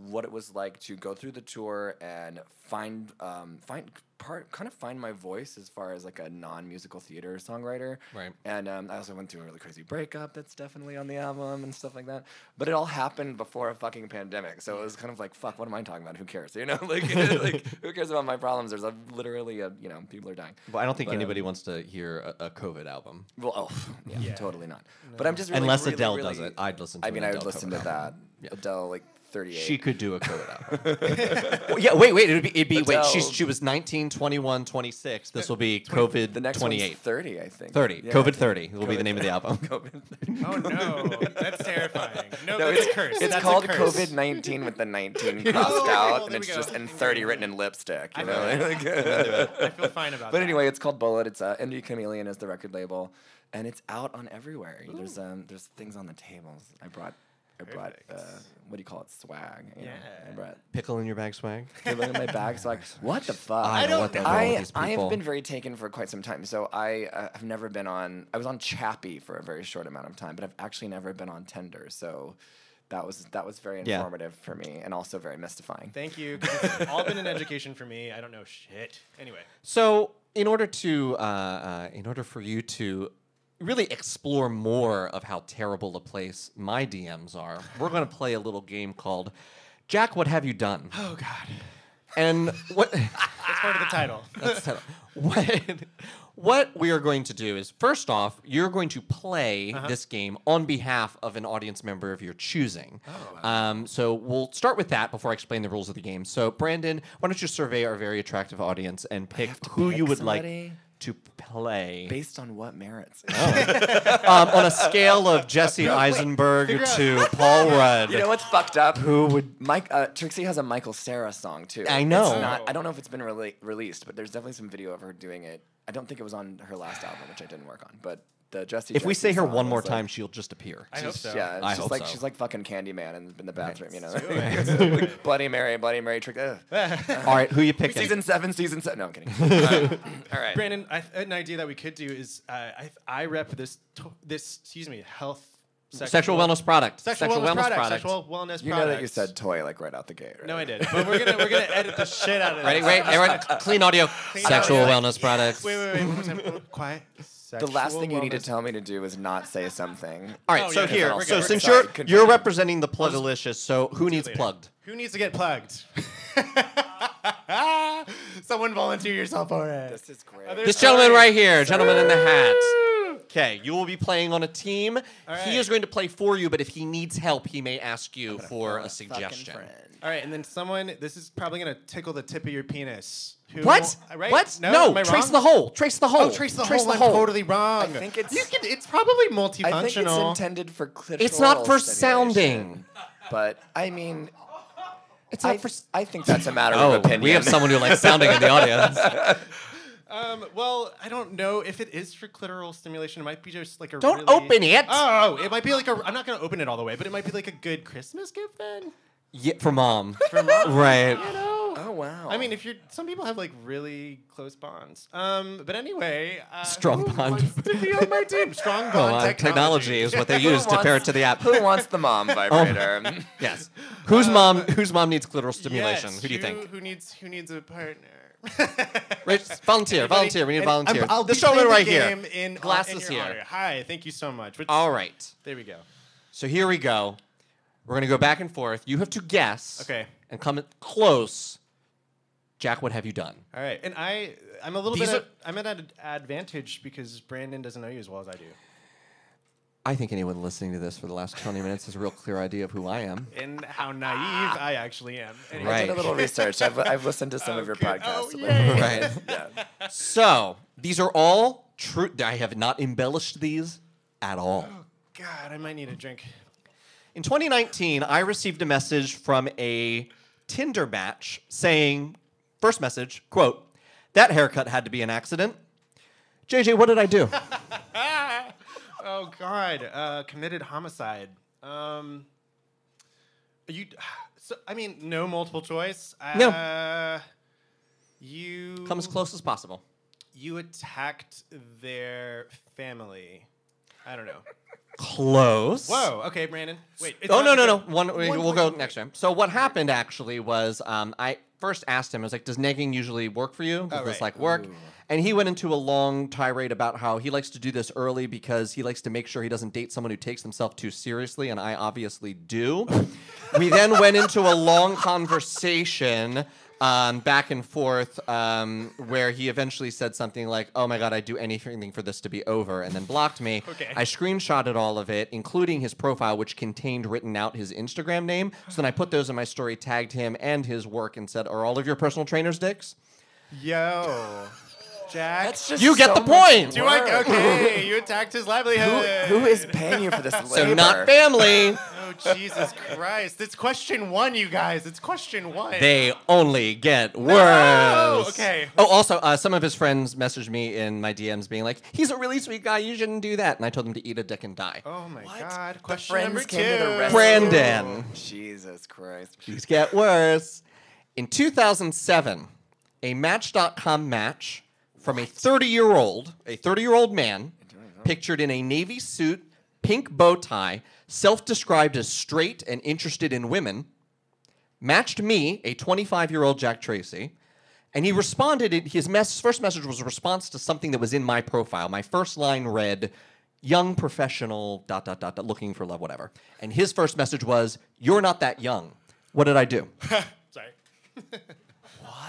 what it was like to go through the tour and find um, find part kind of find my voice as far as like a non musical theater songwriter. Right. And um, I also went through a really crazy breakup that's definitely on the album and stuff like that. But it all happened before a fucking pandemic, so it was kind of like fuck. What am I talking about? Who cares? You know, like, like who cares about my problems? There's a, literally a you know people are dying. Well, I don't think But, um, anybody wants to hear a, a COVID album. Well, oh, yeah, totally not. But I'm just really, Unless really, Adele really- does it, I'd listen to I mean, an I Adele would listen to cover that. Adele, like 38. She could do a COVID album. Well, yeah, wait, wait. It'd be, it'd be wait. She, Adele. she was 19, 21, 26. This will be COVID the next one's 28. 30, I think. 30. Yeah, I COVID think. 30 will be the name of the album. COVID. Oh no, that's terrifying. No, No, that's it's, a curse. it's That's a called curse. COVID 19 with the 19 crossed Oh, out, there and we it's go. just and 30 written in lipstick. You I know? know. Like, I feel fine about but that. anyway, it's called Bullet. It's uh, Indie Chameleon is the record label, and it's out on everywhere. There's um, there's things on the tables. I brought I brought Perfect. uh, what do you call it? Swag. you know? I Yeah. brought Pickle in your bag swag. They look in my bag. So like, what the fuck? I don't know what I, the hell with these I people. have been very taken for quite some time. So I uh, have never been on. I was on Chappie for a very short amount of time, but I've actually never been on Tinder. So that was that was very Yeah. informative for me and also very mystifying. Thank you. 'cause It's all been an education for me. I don't know shit. Anyway, So, in order to, uh, uh, in order for you to really explore more of how terrible a place my DMs are, we're going to play a little game called Jack. What have you done? oh god, And what? that's part of Ah. the title. That's terrible. what? What we are going to do is, first off, you're going to play Uh-huh. this game on behalf of an audience member of your choosing. Oh, Um, so we'll start with that before I explain the rules of the game. So, Brandon, why don't you survey our very attractive audience and pick have to who you pick would somebody? like to play? Based on what merits? um, on a scale of Jesse Eisenberg to Paul Rudd. you know what's fucked up? Who would Mike? Uh, Trixie has a Michael Sarah song too. I It's know. not- I don't know if it's been rela- released, but there's definitely some video of her doing it. I don't think it was on her last album, which I didn't work on. But the Jesse. if we Jackson say her song one was, more like, time, she'll just appear. I hope so. Yeah, I she's hope like so. she's like fucking Candyman in, in the bathroom, you know. Let's It's like, Bloody Mary, Bloody Mary trick. ugh. All right, who you picking? season seven, season seven. No, I'm kidding. Uh, all right. Brandon, I th- an idea that we could do is uh, I I rep this to- this excuse me health sexual, Sexual wellness product. sexual, wellness, product, sexual wellness You know that you said toy like right out the gate. Right? no I did but we're gonna we're gonna edit the shit out of Ready? this. Wait, everyone, clean audio. Sexual audio. wellness products. wait wait wait one more time. quiet The last Sexual thing you need to wellness. tell me to do is not say something. All right, Oh, so yeah, here, we're good, so we're since good. you're Sorry, you're continue. representing the plugalicious, so who needs later. plugged? who needs to get plugged someone volunteer yourself for it This is great. Other- This Sorry. gentleman right here, gentleman in the hat. Okay, you will be playing on a team. He right. is going to play for you, but if he needs help, he may ask you for a Fucking suggestion. friend. All right, and then someone. This is probably gonna tickle the tip of your penis. Who, uh, What? Right? What? No, No, am I trace wrong? the hole. Trace the hole. Oh, trace the hole. I'm totally wrong. I think it's- You can, it's probably multifunctional. I think it's intended for clitoral. It's not for stimulation, sounding. But I mean, It's not I, for. s- I think that's a matter Oh, of opinion. we have someone who likes sounding in the audience. um, well, I don't know if it is for clitoral stimulation. It might be just like a. Don't really- open it. Oh, it might be like a. I'm not gonna open it all the way, but it might be like a good Christmas gift then. Yeah, for mom. For mom, Right. You know. Oh wow. I mean, if you're, some people have like really close bonds. Um, but anyway, uh, Strong who bond. wants to be on my team. Strong Oh, bond. uh, technology. is what they use to wants- pair it to the app. who wants the Oh. mom vibrator? Yes. Whose mom? Whose mom needs clitoral stimulation? Uh, Yes, who do you think? Who needs who needs a partner? Rich, volunteer, Anybody? volunteer. We need a And I'm- volunteer. I'll The be showman playing the right here. game In, uh, Glasses in your here. honor. Hi, thank you so much. Which- All right. there we go. So here we go. We're gonna go back and forth. You have to guess. Okay. And come close. Jack, what have you done? All right, and I I'm a little These bit are- at, I'm at an advantage because Brandon doesn't know you as well as I do. I think anyone listening to this for the last 20 minutes has a real clear idea of who I am. and how naive I actually am. Anyway, I did a Right. little research. I've, I've listened to some of your Okay. Oh, podcasts. yay. Right. Yeah. So these are all true. I have not embellished these at all. God, I might need a drink. In 2019, I received a message from a Tinder match saying, first message, quote, that haircut had to be an accident. JJ, what did I do? Oh God, uh, committed homicide. Um, you. So I mean, no multiple choice. No. Uh, you Come as close as possible. You attacked their family. I don't know. Close. Whoa. Okay, Brandon. Wait. it's oh no not no the no! same- One, we- we'll go point. next time. So what happened actually was um, I first asked him. I was like, "Does negging usually work for you? Does Oh, this right. like work?" And he went into a long tirade about how he likes to do this early because he likes to make sure he doesn't date someone who takes themselves too seriously, and I obviously do. we then went into a long conversation. Um, back and forth, um, where he eventually said something like, "Oh my god, I'd do anything for this to be over," and then blocked me. Okay. I screenshotted all of it, including his profile, which contained written out his Instagram name. So then I put those in my story, tagged him and his work, and said, "Are all of your personal trainers dicks?" Yo, Jack. That's just You get so the much point. Do I? work. Okay, you attacked his livelihood. Who, who is paying you for this labor? So not family. Oh Jesus Christ! It's question one, you guys. It's question one. They only get worse. Oh, Okay. Oh, also, uh, some of his friends messaged me in my DMs being like, he's a really sweet guy. You shouldn't do that. And I told him to eat a dick and die. oh my What? God! The Question friends number two. came to the rescue. Brandon. Jesus Christ. These get worse. In 2007, a Match.com match from a 30 year old, a 30 year old man, pictured in a navy suit, pink bow tie, self described as straight and interested in women, matched me, a 25 year old Jack Tracy. And he responded, in- his mess, first message was a response to something that was in my profile. My first line read, young professional, dot, dot, dot, dot, looking for love, whatever. And his first message was, you're not that young. What did I do? Sorry.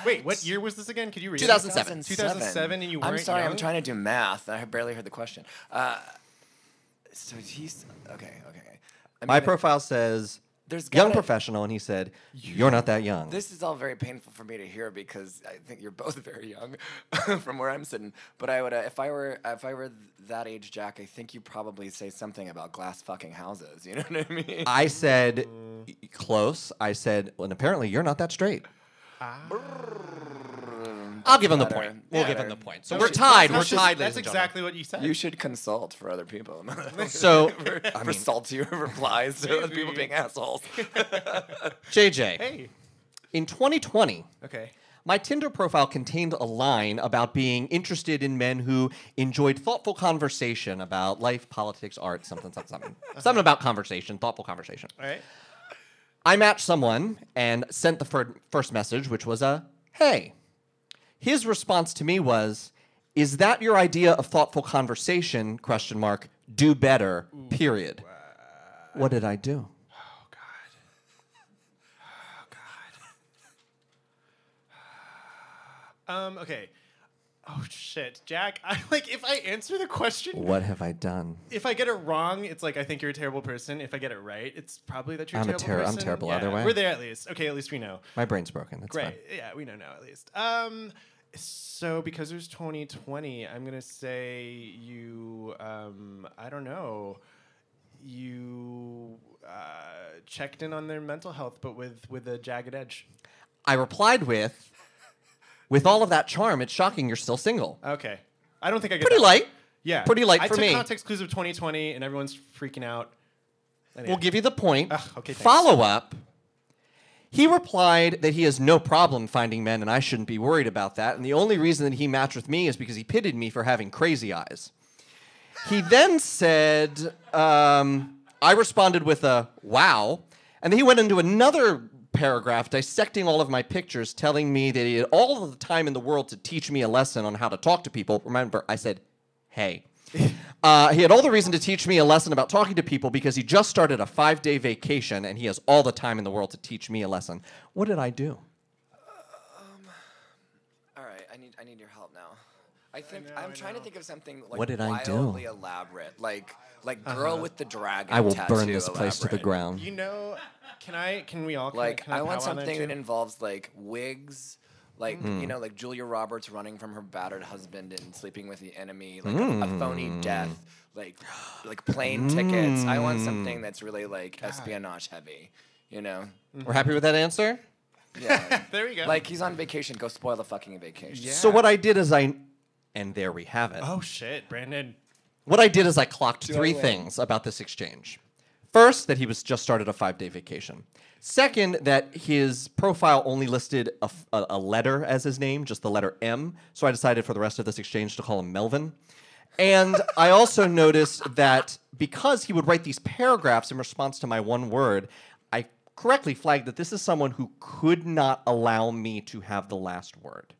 Wait, what year was this again? Could you read? it? 2007. 2007 and you I'm weren't sorry, young? I'm trying to do math. I barely heard the question. Uh, so he's okay, okay. I My mean, profile says, There's young gotta- professional, and he said, you're not that young. This is all very painful for me to hear because I think you're both very young, from where I'm sitting. But I would, uh, if I were, if I were that age, Jack, I think you probably say something about glass fucking houses. You know what I mean? I said, "Y- close. I said, well, and apparently you're not that straight. I'll give him the Ah. Better. point. We'll give him Better. the point. So No, we're shit. tied. We're That's just- tied, That's ladies and gentlemen. exactly what you said. You should consult for other people. So, for, I for mean- salty replies to other people Maybe. being assholes. JJ, Hey. in 2020, Okay. My Tinder profile contained a line about being interested in men who enjoyed thoughtful conversation about life, politics, art, something, something, something. Something about conversation, thoughtful conversation. All right. I matched someone and sent the fir- first message, which was a hey. His response to me was, "Is that your idea of thoughtful conversation?" Question mark. Do better. Period. What did I do? Um. Okay. Oh shit, Jack. I like if I answer the question. What have I done? If I get it wrong, it's like I think you're a terrible person. If I get it right, it's probably that you're I'm a terrible terror- I'm person. terrible yeah, either way. We're there at least. Okay, at least we know. My brain's broken. That's Right. fine. Yeah, we know now at least. Um, so because it was 2020, I'm gonna say you. Um, I don't know. You uh, checked in on their mental health, but with with a jagged edge. I replied with, "With all of that charm, it's shocking you're still single." Okay. I don't think I get Pretty that one. light. Yeah. Pretty light I for took me. context clues of 2020, and everyone's freaking out. And We'll give you the point. Ugh, Ah, okay, thanks. Follow up. He replied that he has no problem finding men and I shouldn't be worried about that. And the only reason that he matched with me is because he pitted me for having crazy eyes. He then said, um, I responded with a wow. And then he went into another paragraph dissecting all of my pictures, telling me that he had all of the time in the world to teach me a lesson on how to talk to people. Remember, I said, hey. Uh, he had all the reason to teach me a lesson about talking to people because he just started a five day vacation and he has all the time in the world to teach me a lesson. What did I do? All right, I need I need your help now. I I think I am trying to think of something like What did I do? wildly elaborate, like like girl with the dragon. I will burn tattoo this place to the elaborate. ground. You know, can I? Can we all? Can Like can I want powwow on something too? that involves like wigs, like you know, like Julia Roberts running from her battered husband and sleeping with the enemy, like a- a, phony death, like like plane tickets. I want something that's really like espionage heavy, you know? We're happy with that answer? Yeah. There you go. like he's on vacation. Go spoil the fucking vacation. So Yeah. what I did is I and there we have it. oh shit, Brandon. What I did is I clocked I three win? things about this exchange. First, that he was just started a five day vacation. Second, that his profile only listed a, f- a- a letter as his name, just the letter M. So I decided for the rest of this exchange to call him Melvin. And I also noticed that because he would write these paragraphs in response to my one word, I correctly flagged that this is someone who could not allow me to have the last word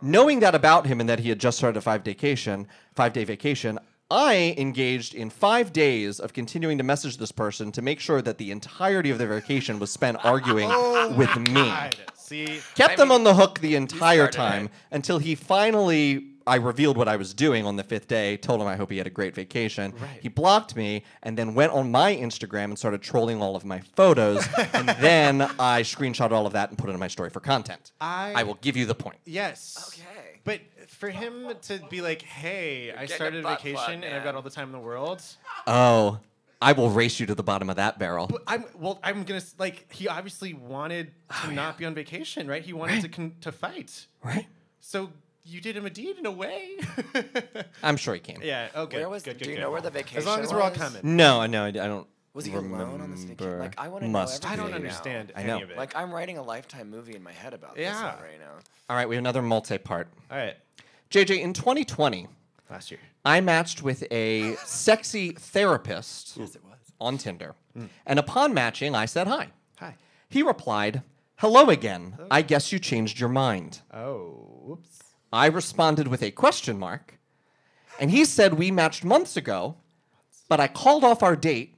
knowing that about him and that he had just started a five vacation, five day vacation, I engaged in five days of continuing to message this person to make sure that the entirety of their vacation was spent arguing with me. God, see, Kept them on the hook the entire started time it. until he finally. I revealed what I was doing on the fifth day, told him I hope he had a great vacation. He blocked me and then went on my Instagram and started trolling all of my photos. and then I screenshot all of that and put it in my story for content. I- I will give you the point. yes. Okay. But for him to be like, "Hey, I getting a started a butt plug, vacation and I've man. got all the time in the world," Oh, I will race you to the bottom of that barrel. But I'm well. I'm gonna s- like. He obviously wanted Oh, to not be on vacation, right? He wanted to con- to fight. Right? So you did him a deed in a way. I'm sure he can. yeah. Okay. Where was? good, do good, you good. know where the vacation? As long as we're all was? coming. No, no, I, I don't. Was he alone on this vacation? remember. Like I want to Must know. I don't everything now. understand I any know. of it. Like I'm writing a lifetime movie in my head about Yeah. this one right now. All right, we have another multi-part. all right. JJ, in 2020, Last year. I matched with a sexy therapist. Yes, it was. Hmm. On Tinder, and upon matching, I said hi. Hi. He replied, "Hello again. I guess you changed your mind." Oh. Whoops. I responded with a question mark, and he said we matched months ago, but I called off our date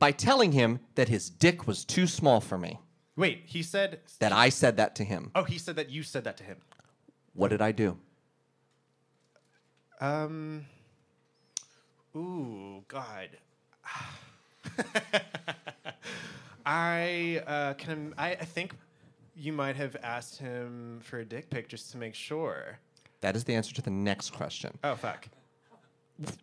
by telling him that his dick was too small for me. Wait. He said. That I said that to him. Oh, he said that you said that to him. What did I do? Um. Ooh, God. I uh, can. I, I think you might have asked him for a dick pic just to make sure. That is the answer to the next question. Oh fuck.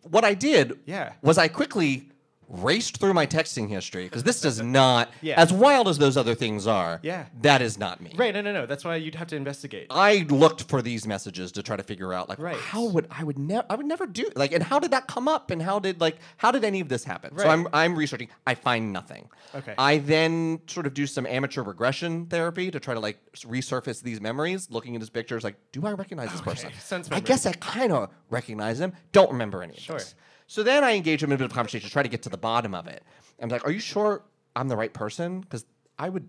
What I did Yeah. was I quickly raced through my texting history because this does not, Yeah. as wild as those other things are, Yeah. that is not me. Right. No. No. No. That's why you'd have to investigate. I looked for these messages to try to figure out like Right. how would I would never I would never do like and how did that come up and how did like how did any of this happen? So Right. I'm I'm researching. I find nothing. Okay. I then sort of do some amateur regression therapy to try to like s- resurface these memories, looking at his pictures like do I recognize this person? sense I guess I kind of recognize him. Don't remember any of Sure. this. So then I engage him in a bit of conversation to try to get to the bottom of it. I'm like, are you sure I'm the right person? Because I would,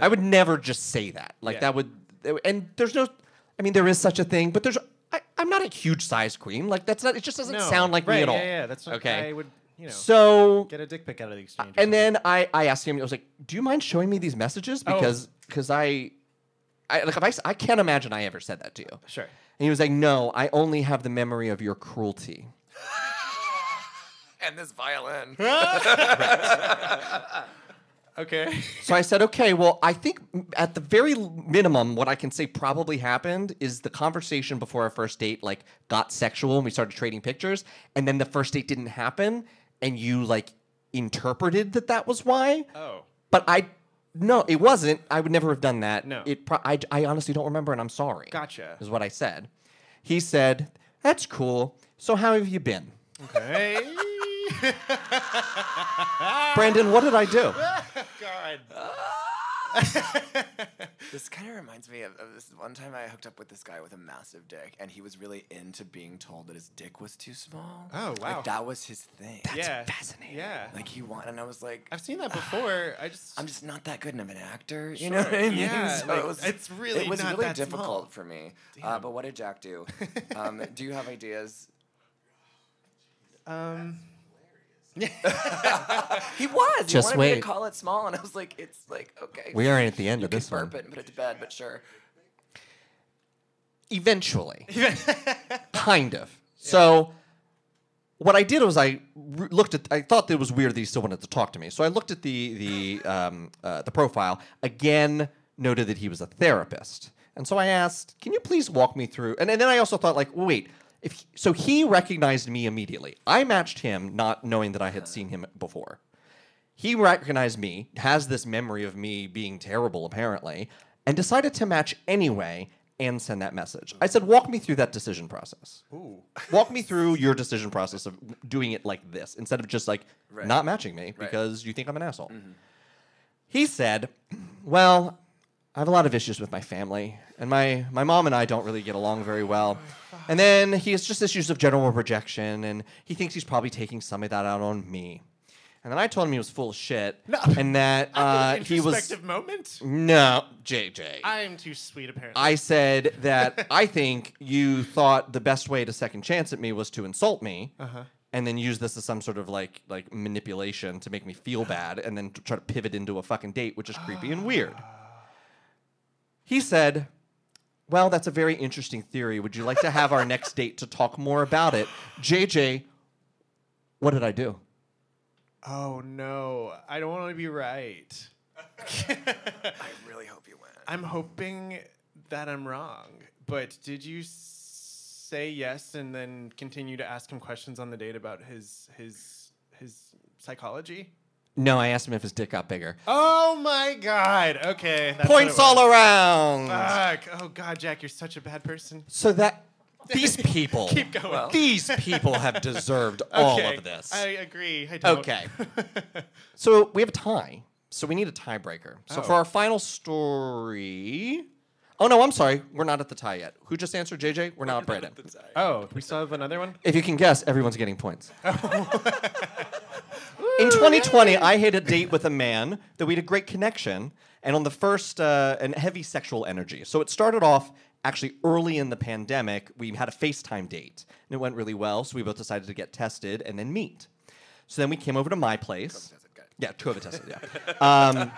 I would never just say that. Like Yeah. that would, and there's no, I mean, there is such a thing, but there's, I, I'm not a huge size queen. Like that's not, it just doesn't No, sound like right, me at all. Yeah. Yeah. That's what okay. I would. You know. so Uh, get a dick pic out of the exchange. or and then I, I asked him, I was like, do you mind showing me these messages? Oh. Because, because I, I, like, if I, s- I can't imagine I ever said that to you. something. sure. And he was like, No, I only have the memory of your cruelty. And this violin. Okay. So I said, Okay, well, I think m- at the very l- minimum, what I can say probably happened is the conversation before our first date like got sexual and we started trading pictures. And then the first date didn't happen. And you like interpreted that that was why. oh. But I, no, it wasn't. I would never have done that. No. It pro- I, I honestly don't remember and I'm sorry. Gotcha. Is what I said. He said, That's cool. So how have you been? Okay. Brandon, what did I do? God. This kind of reminds me of, of this one time I hooked up with this guy with a massive dick, and he was really into being told that his dick was too small. Oh, wow. Like, that was his thing. yeah. fascinating. Yeah. Like he wanted, and I was like, I've seen that before. I just I'm just not that good of an actor. You know what I mean? Yeah, So like, it was, it's really it was not really that small. difficult for me. Uh, but what did Jack do? um, do you have ideas? um He was. Just he wanted me wait. to call it small, and I was like, it's like okay. We aren't at the end you of this could burp one. it and put it to bed, but sure. eventually. kind of. So what I did was I re- looked at. I thought that it was weird that he still wanted to talk to me. So I looked at the the um, uh, the profile again. Noted that he was a therapist, and so I asked, "Can you please walk me through?" And, and then I also thought, like, wait. If he- so, he recognized me immediately. I matched him, not knowing that I had seen him before. He recognized me, has this memory of me being terrible, apparently, and decided to match anyway and send that message. I said, Walk me through that decision process. Walk me through your decision process of doing it like this instead of just like not matching me because you think I'm an asshole. He said, Well, I have a lot of issues with my family, and my, my mom and I don't really get along very well. And then he has just issues of general rejection, and he thinks he's probably taking some of that out on me. And then I told him he was full of shit, and that uh, he was Introspective moment. no JJ. I'm too sweet, apparently. I said that I think you thought the best way to second chance at me was to insult me, Uh-huh. and then use this as some sort of like like manipulation to make me feel bad, and then to try to pivot into a fucking date, which is creepy and weird. Ah. He said, "Well, that's a very interesting theory. Would you like to have our next date to talk more about it?" JJ, what did I do? oh no, I don't want to be right. I really hope you win. I'm hoping that I'm wrong. But did you say yes and then continue to ask him questions on the date about his his his psychology? No, I asked him if his dick got bigger. Oh my god. Okay. that's what Points it was. all around. Fuck. Oh god, Jack, you're such a bad person. So that these people Keep going. Well. These people have deserved all Okay, of this. I agree. I don't. okay. so we have a tie. So we need a tiebreaker. So for our final story. Oh no, I'm sorry. We're not at the tie yet. Who just answered JJ? We're not Brandon. Oh, we still have another one? If you can guess, everyone's getting points. In 2020, I hit a date with a man that we had a great connection, and on the first, uh, and heavy sexual energy. So it started off actually early in the pandemic. We had a FaceTime date, and it went really well. So we both decided to get tested and then meet. So then we came over to my place. Yeah, COVID tested. Yeah. Um,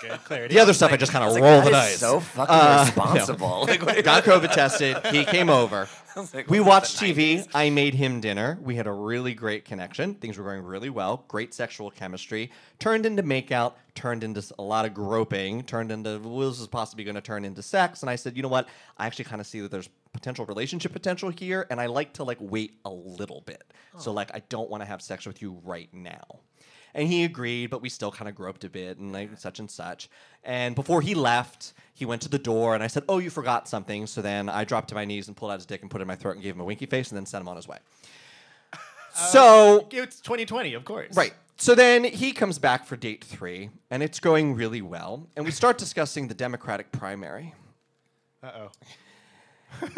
Good clarity. The other stuff I just kind of roll the That dice. is so fucking Uh, responsible. Like, what- Got COVID tested. He came over. like, we what watched TV. I made him dinner. We had a really great connection. Things were going really well. Great sexual chemistry. Turned into makeout. Turned into s- a lot of groping. Turned into well, this is possibly going to turn into sex. And I said, you know what? I actually kind of see that there's potential relationship potential here, and I like to like wait a little bit. So like, I don't want to have sex with you right now. And he agreed, but we still kind of groped a bit and like such and such. And before he left, he went to the door and I said, Oh, you forgot something. So then I dropped to my knees and pulled out his dick and put it in my throat and gave him a winky face and then sent him on his way. so, It's 2020, of course. right. So then he comes back for date three and it's going really well. And we start discussing the Democratic primary. Uh oh.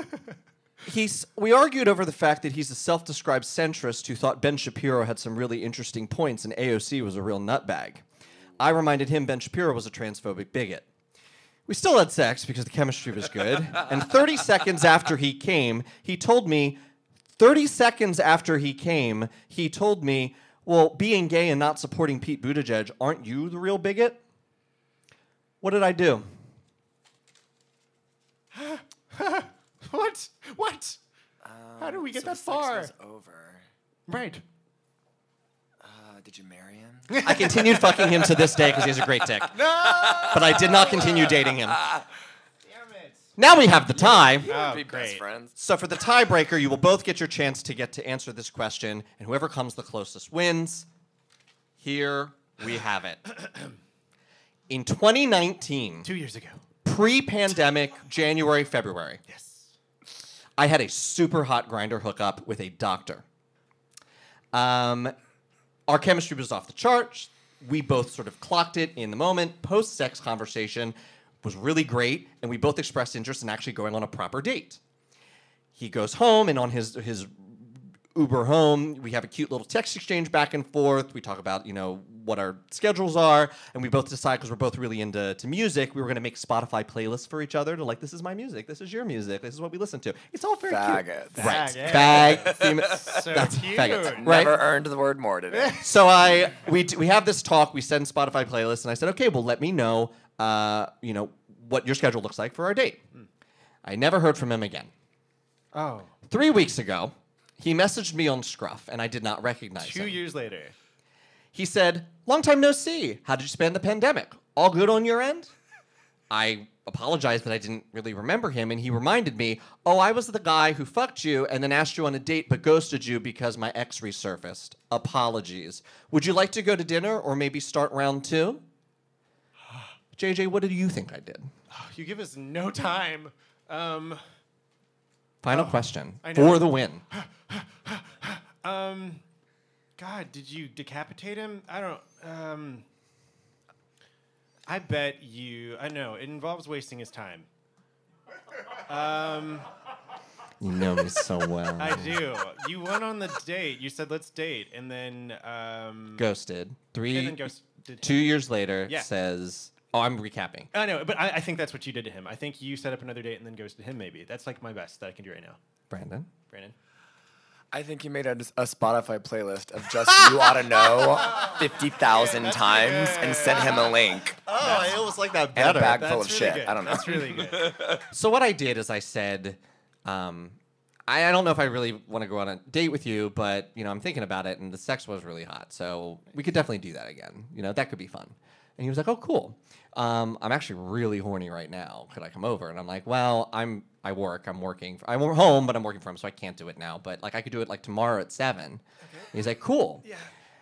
he's we argued over the fact that he's a self-described centrist who thought Ben Shapiro had some really interesting points and AOC was a real nutbag. I reminded him Ben Shapiro was a transphobic bigot. We still had sex because the chemistry was good. and 30 seconds after he came, he told me 30 seconds after he came, he told me, "Well, being gay and not supporting Pete Buttigieg, aren't you the real bigot?" What did I do? What? What? How did we get So that sex far? was over. Right. Uh, did you marry him? I continued fucking him to this day because he has a great dick. But I did not continue dating him. Now we have the tie. Oh, Be great. best friends. So for the tiebreaker, you will both get your chance to get to answer this question, and whoever comes the closest wins. Here we have it. In 2019, Two years ago. pre-pandemic, January, February. Yes. I had a super hot grinder hookup with a doctor. Um, our chemistry was off the charts. We both sort of clocked it in the moment. Post sex conversation was really great, and we both expressed interest in actually going on a proper date. He goes home, and on his his Uber home, we have a cute little text exchange back and forth. We talk about you know what our schedules are, and we both decide because we're both really into to music, we were going to make Spotify playlists for each other to like this is my music, this is your music, this is what we listen to. It's all very Faggots. Ah, cute, right? Faggots. Bag, fema- So that's cute. faggots, right? Never earned the word more today. so I we d- we have this talk. We send Spotify playlists, and I said, okay, well, let me know, uh, you know, what your schedule looks like for our date. I never heard from him again. Oh, Three weeks ago, he messaged me on Scruff, and I did not recognize two him. years later. He said, Long time no see. How did you spend the pandemic? All good on your end? I apologized that I didn't really remember him, and he reminded me, Oh, I was the guy who fucked you and then asked you on a date but ghosted you because my ex resurfaced. Apologies. Would you like to go to dinner or maybe start round two? JJ, what do you think I did? You give us no time. Um, Final question I know. for the win. um, God, did you decapitate him? I don't. Um, I bet you. I know it involves wasting his time. You know me so well. I do. you went on the date. You said let's date, and then um, ghosted. Three, and then goes. Did two years later, Yeah. says, Oh, I'm recapping. I know, but I, I think that's what you did to him. I think you set up another date and then goes to him. Maybe that's like my best that I can do right now, Brandon? Brandon. I think you made a, a Spotify playlist of just you ought to know 50,000 times and sent him a link Oh, I almost like that and a bag full That's of really shit. good. I don't know. That's really good. So what I did is I said, um, I, I don't know if I really want to go on a date with you, but you know I'm thinking about it, and the sex was really hot, so we could definitely do that again. You know that could be fun. And he was like, "Oh, cool. Um, I'm actually really horny right now. Could I come over?" And I'm like, "Well, I'm I work. I'm working. I'm home, but I'm working from, so I can't do it now. But like I could do it like tomorrow at seven. And he's like, "Cool." Yeah.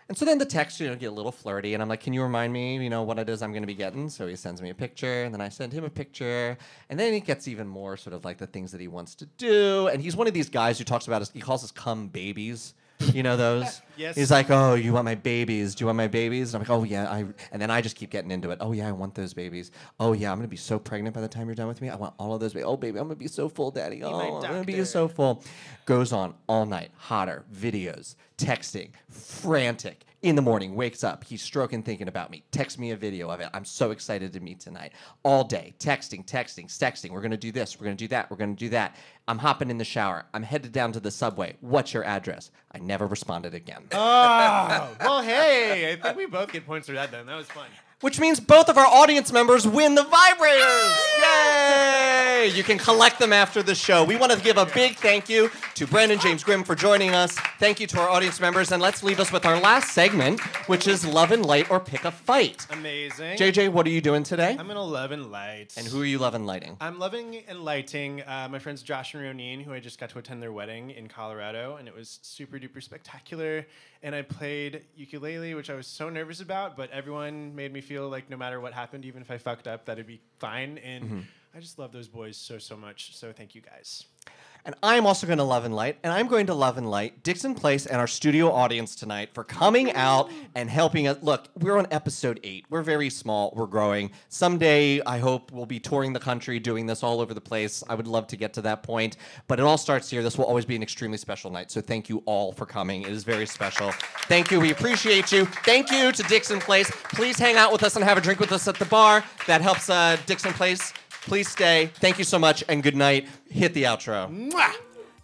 And so then the text, you know, get a little flirty, and I'm like, "Can you remind me, you know, what it is I'm going to be getting?" So he sends me a picture, and then I send him a picture, and then it gets even more sort of like the things that he wants to do. And he's one of these guys who talks about his, he calls his cum babies, you know those. Yes. He's like, "Oh, you want my babies? Do you want my babies?" And I'm like, "Oh yeah," I, and then I just keep getting into it. "Oh yeah, I want those babies. Oh yeah, I'm going to be so pregnant by the time you're done with me. I want all of those babies. Oh baby, I'm going to be so full, daddy. Oh, I'm going to be doctor." so so full. Goes on all night, hotter, videos, texting, frantic. In the morning, wakes up, he's stroking, thinking about me. Text me a video of it. I'm so excited to meet tonight. All day, texting, texting, texting. We're gonna do this, we're gonna do that, we're gonna do that. I'm hopping in the shower. I'm headed down to the subway. What's your address? I never responded again. Oh well, hey, I think we both get points for that. Then that was fun. Which means both of our audience members win the vibrators. Yay! You can collect them after the show. We want to give a big thank you to Brandon James Grimm for joining us. Thank you to our audience members. And let's leave us with our last segment, which is Love and Light or Pick a Fight. Amazing. JJ, what are you doing today? I'm in eleven lights. And who are you loving lighting? I'm loving and lighting uh, my friends Josh and Ronin, who I just got to attend their wedding in Colorado, and it was super duper spectacular. And I played ukulele, which I was so nervous about, but everyone made me feel like no matter what happened, even if I fucked up, that'd be fine. And Mm-hmm. I just love those boys so so much. So thank you guys. And I'm also going to love and light, and I'm going to love and light Dixon Place and our studio audience tonight for coming out and helping us. Look, we're on episode eight. We're very small. We're growing. Someday, I hope we'll be touring the country, doing this all over the place. I would love to get to that point, but it all starts here. This will always be an extremely special night. So thank you all for coming. It is very special. Thank you. We appreciate you. Thank you to Dixon Place. Please hang out with us and have a drink with us at the bar. That helps uh, Dixon Place. Please stay. Thank you so much and good night. Hit the outro.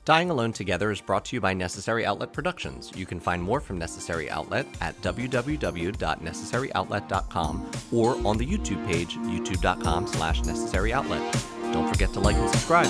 Dying Alone Together is brought to you by Necessary Outlet Productions. You can find more from Necessary Outlet at www.necessaryoutlet.com or on the YouTube page, youtube.com slash necessary outlet. Don't forget to like and subscribe.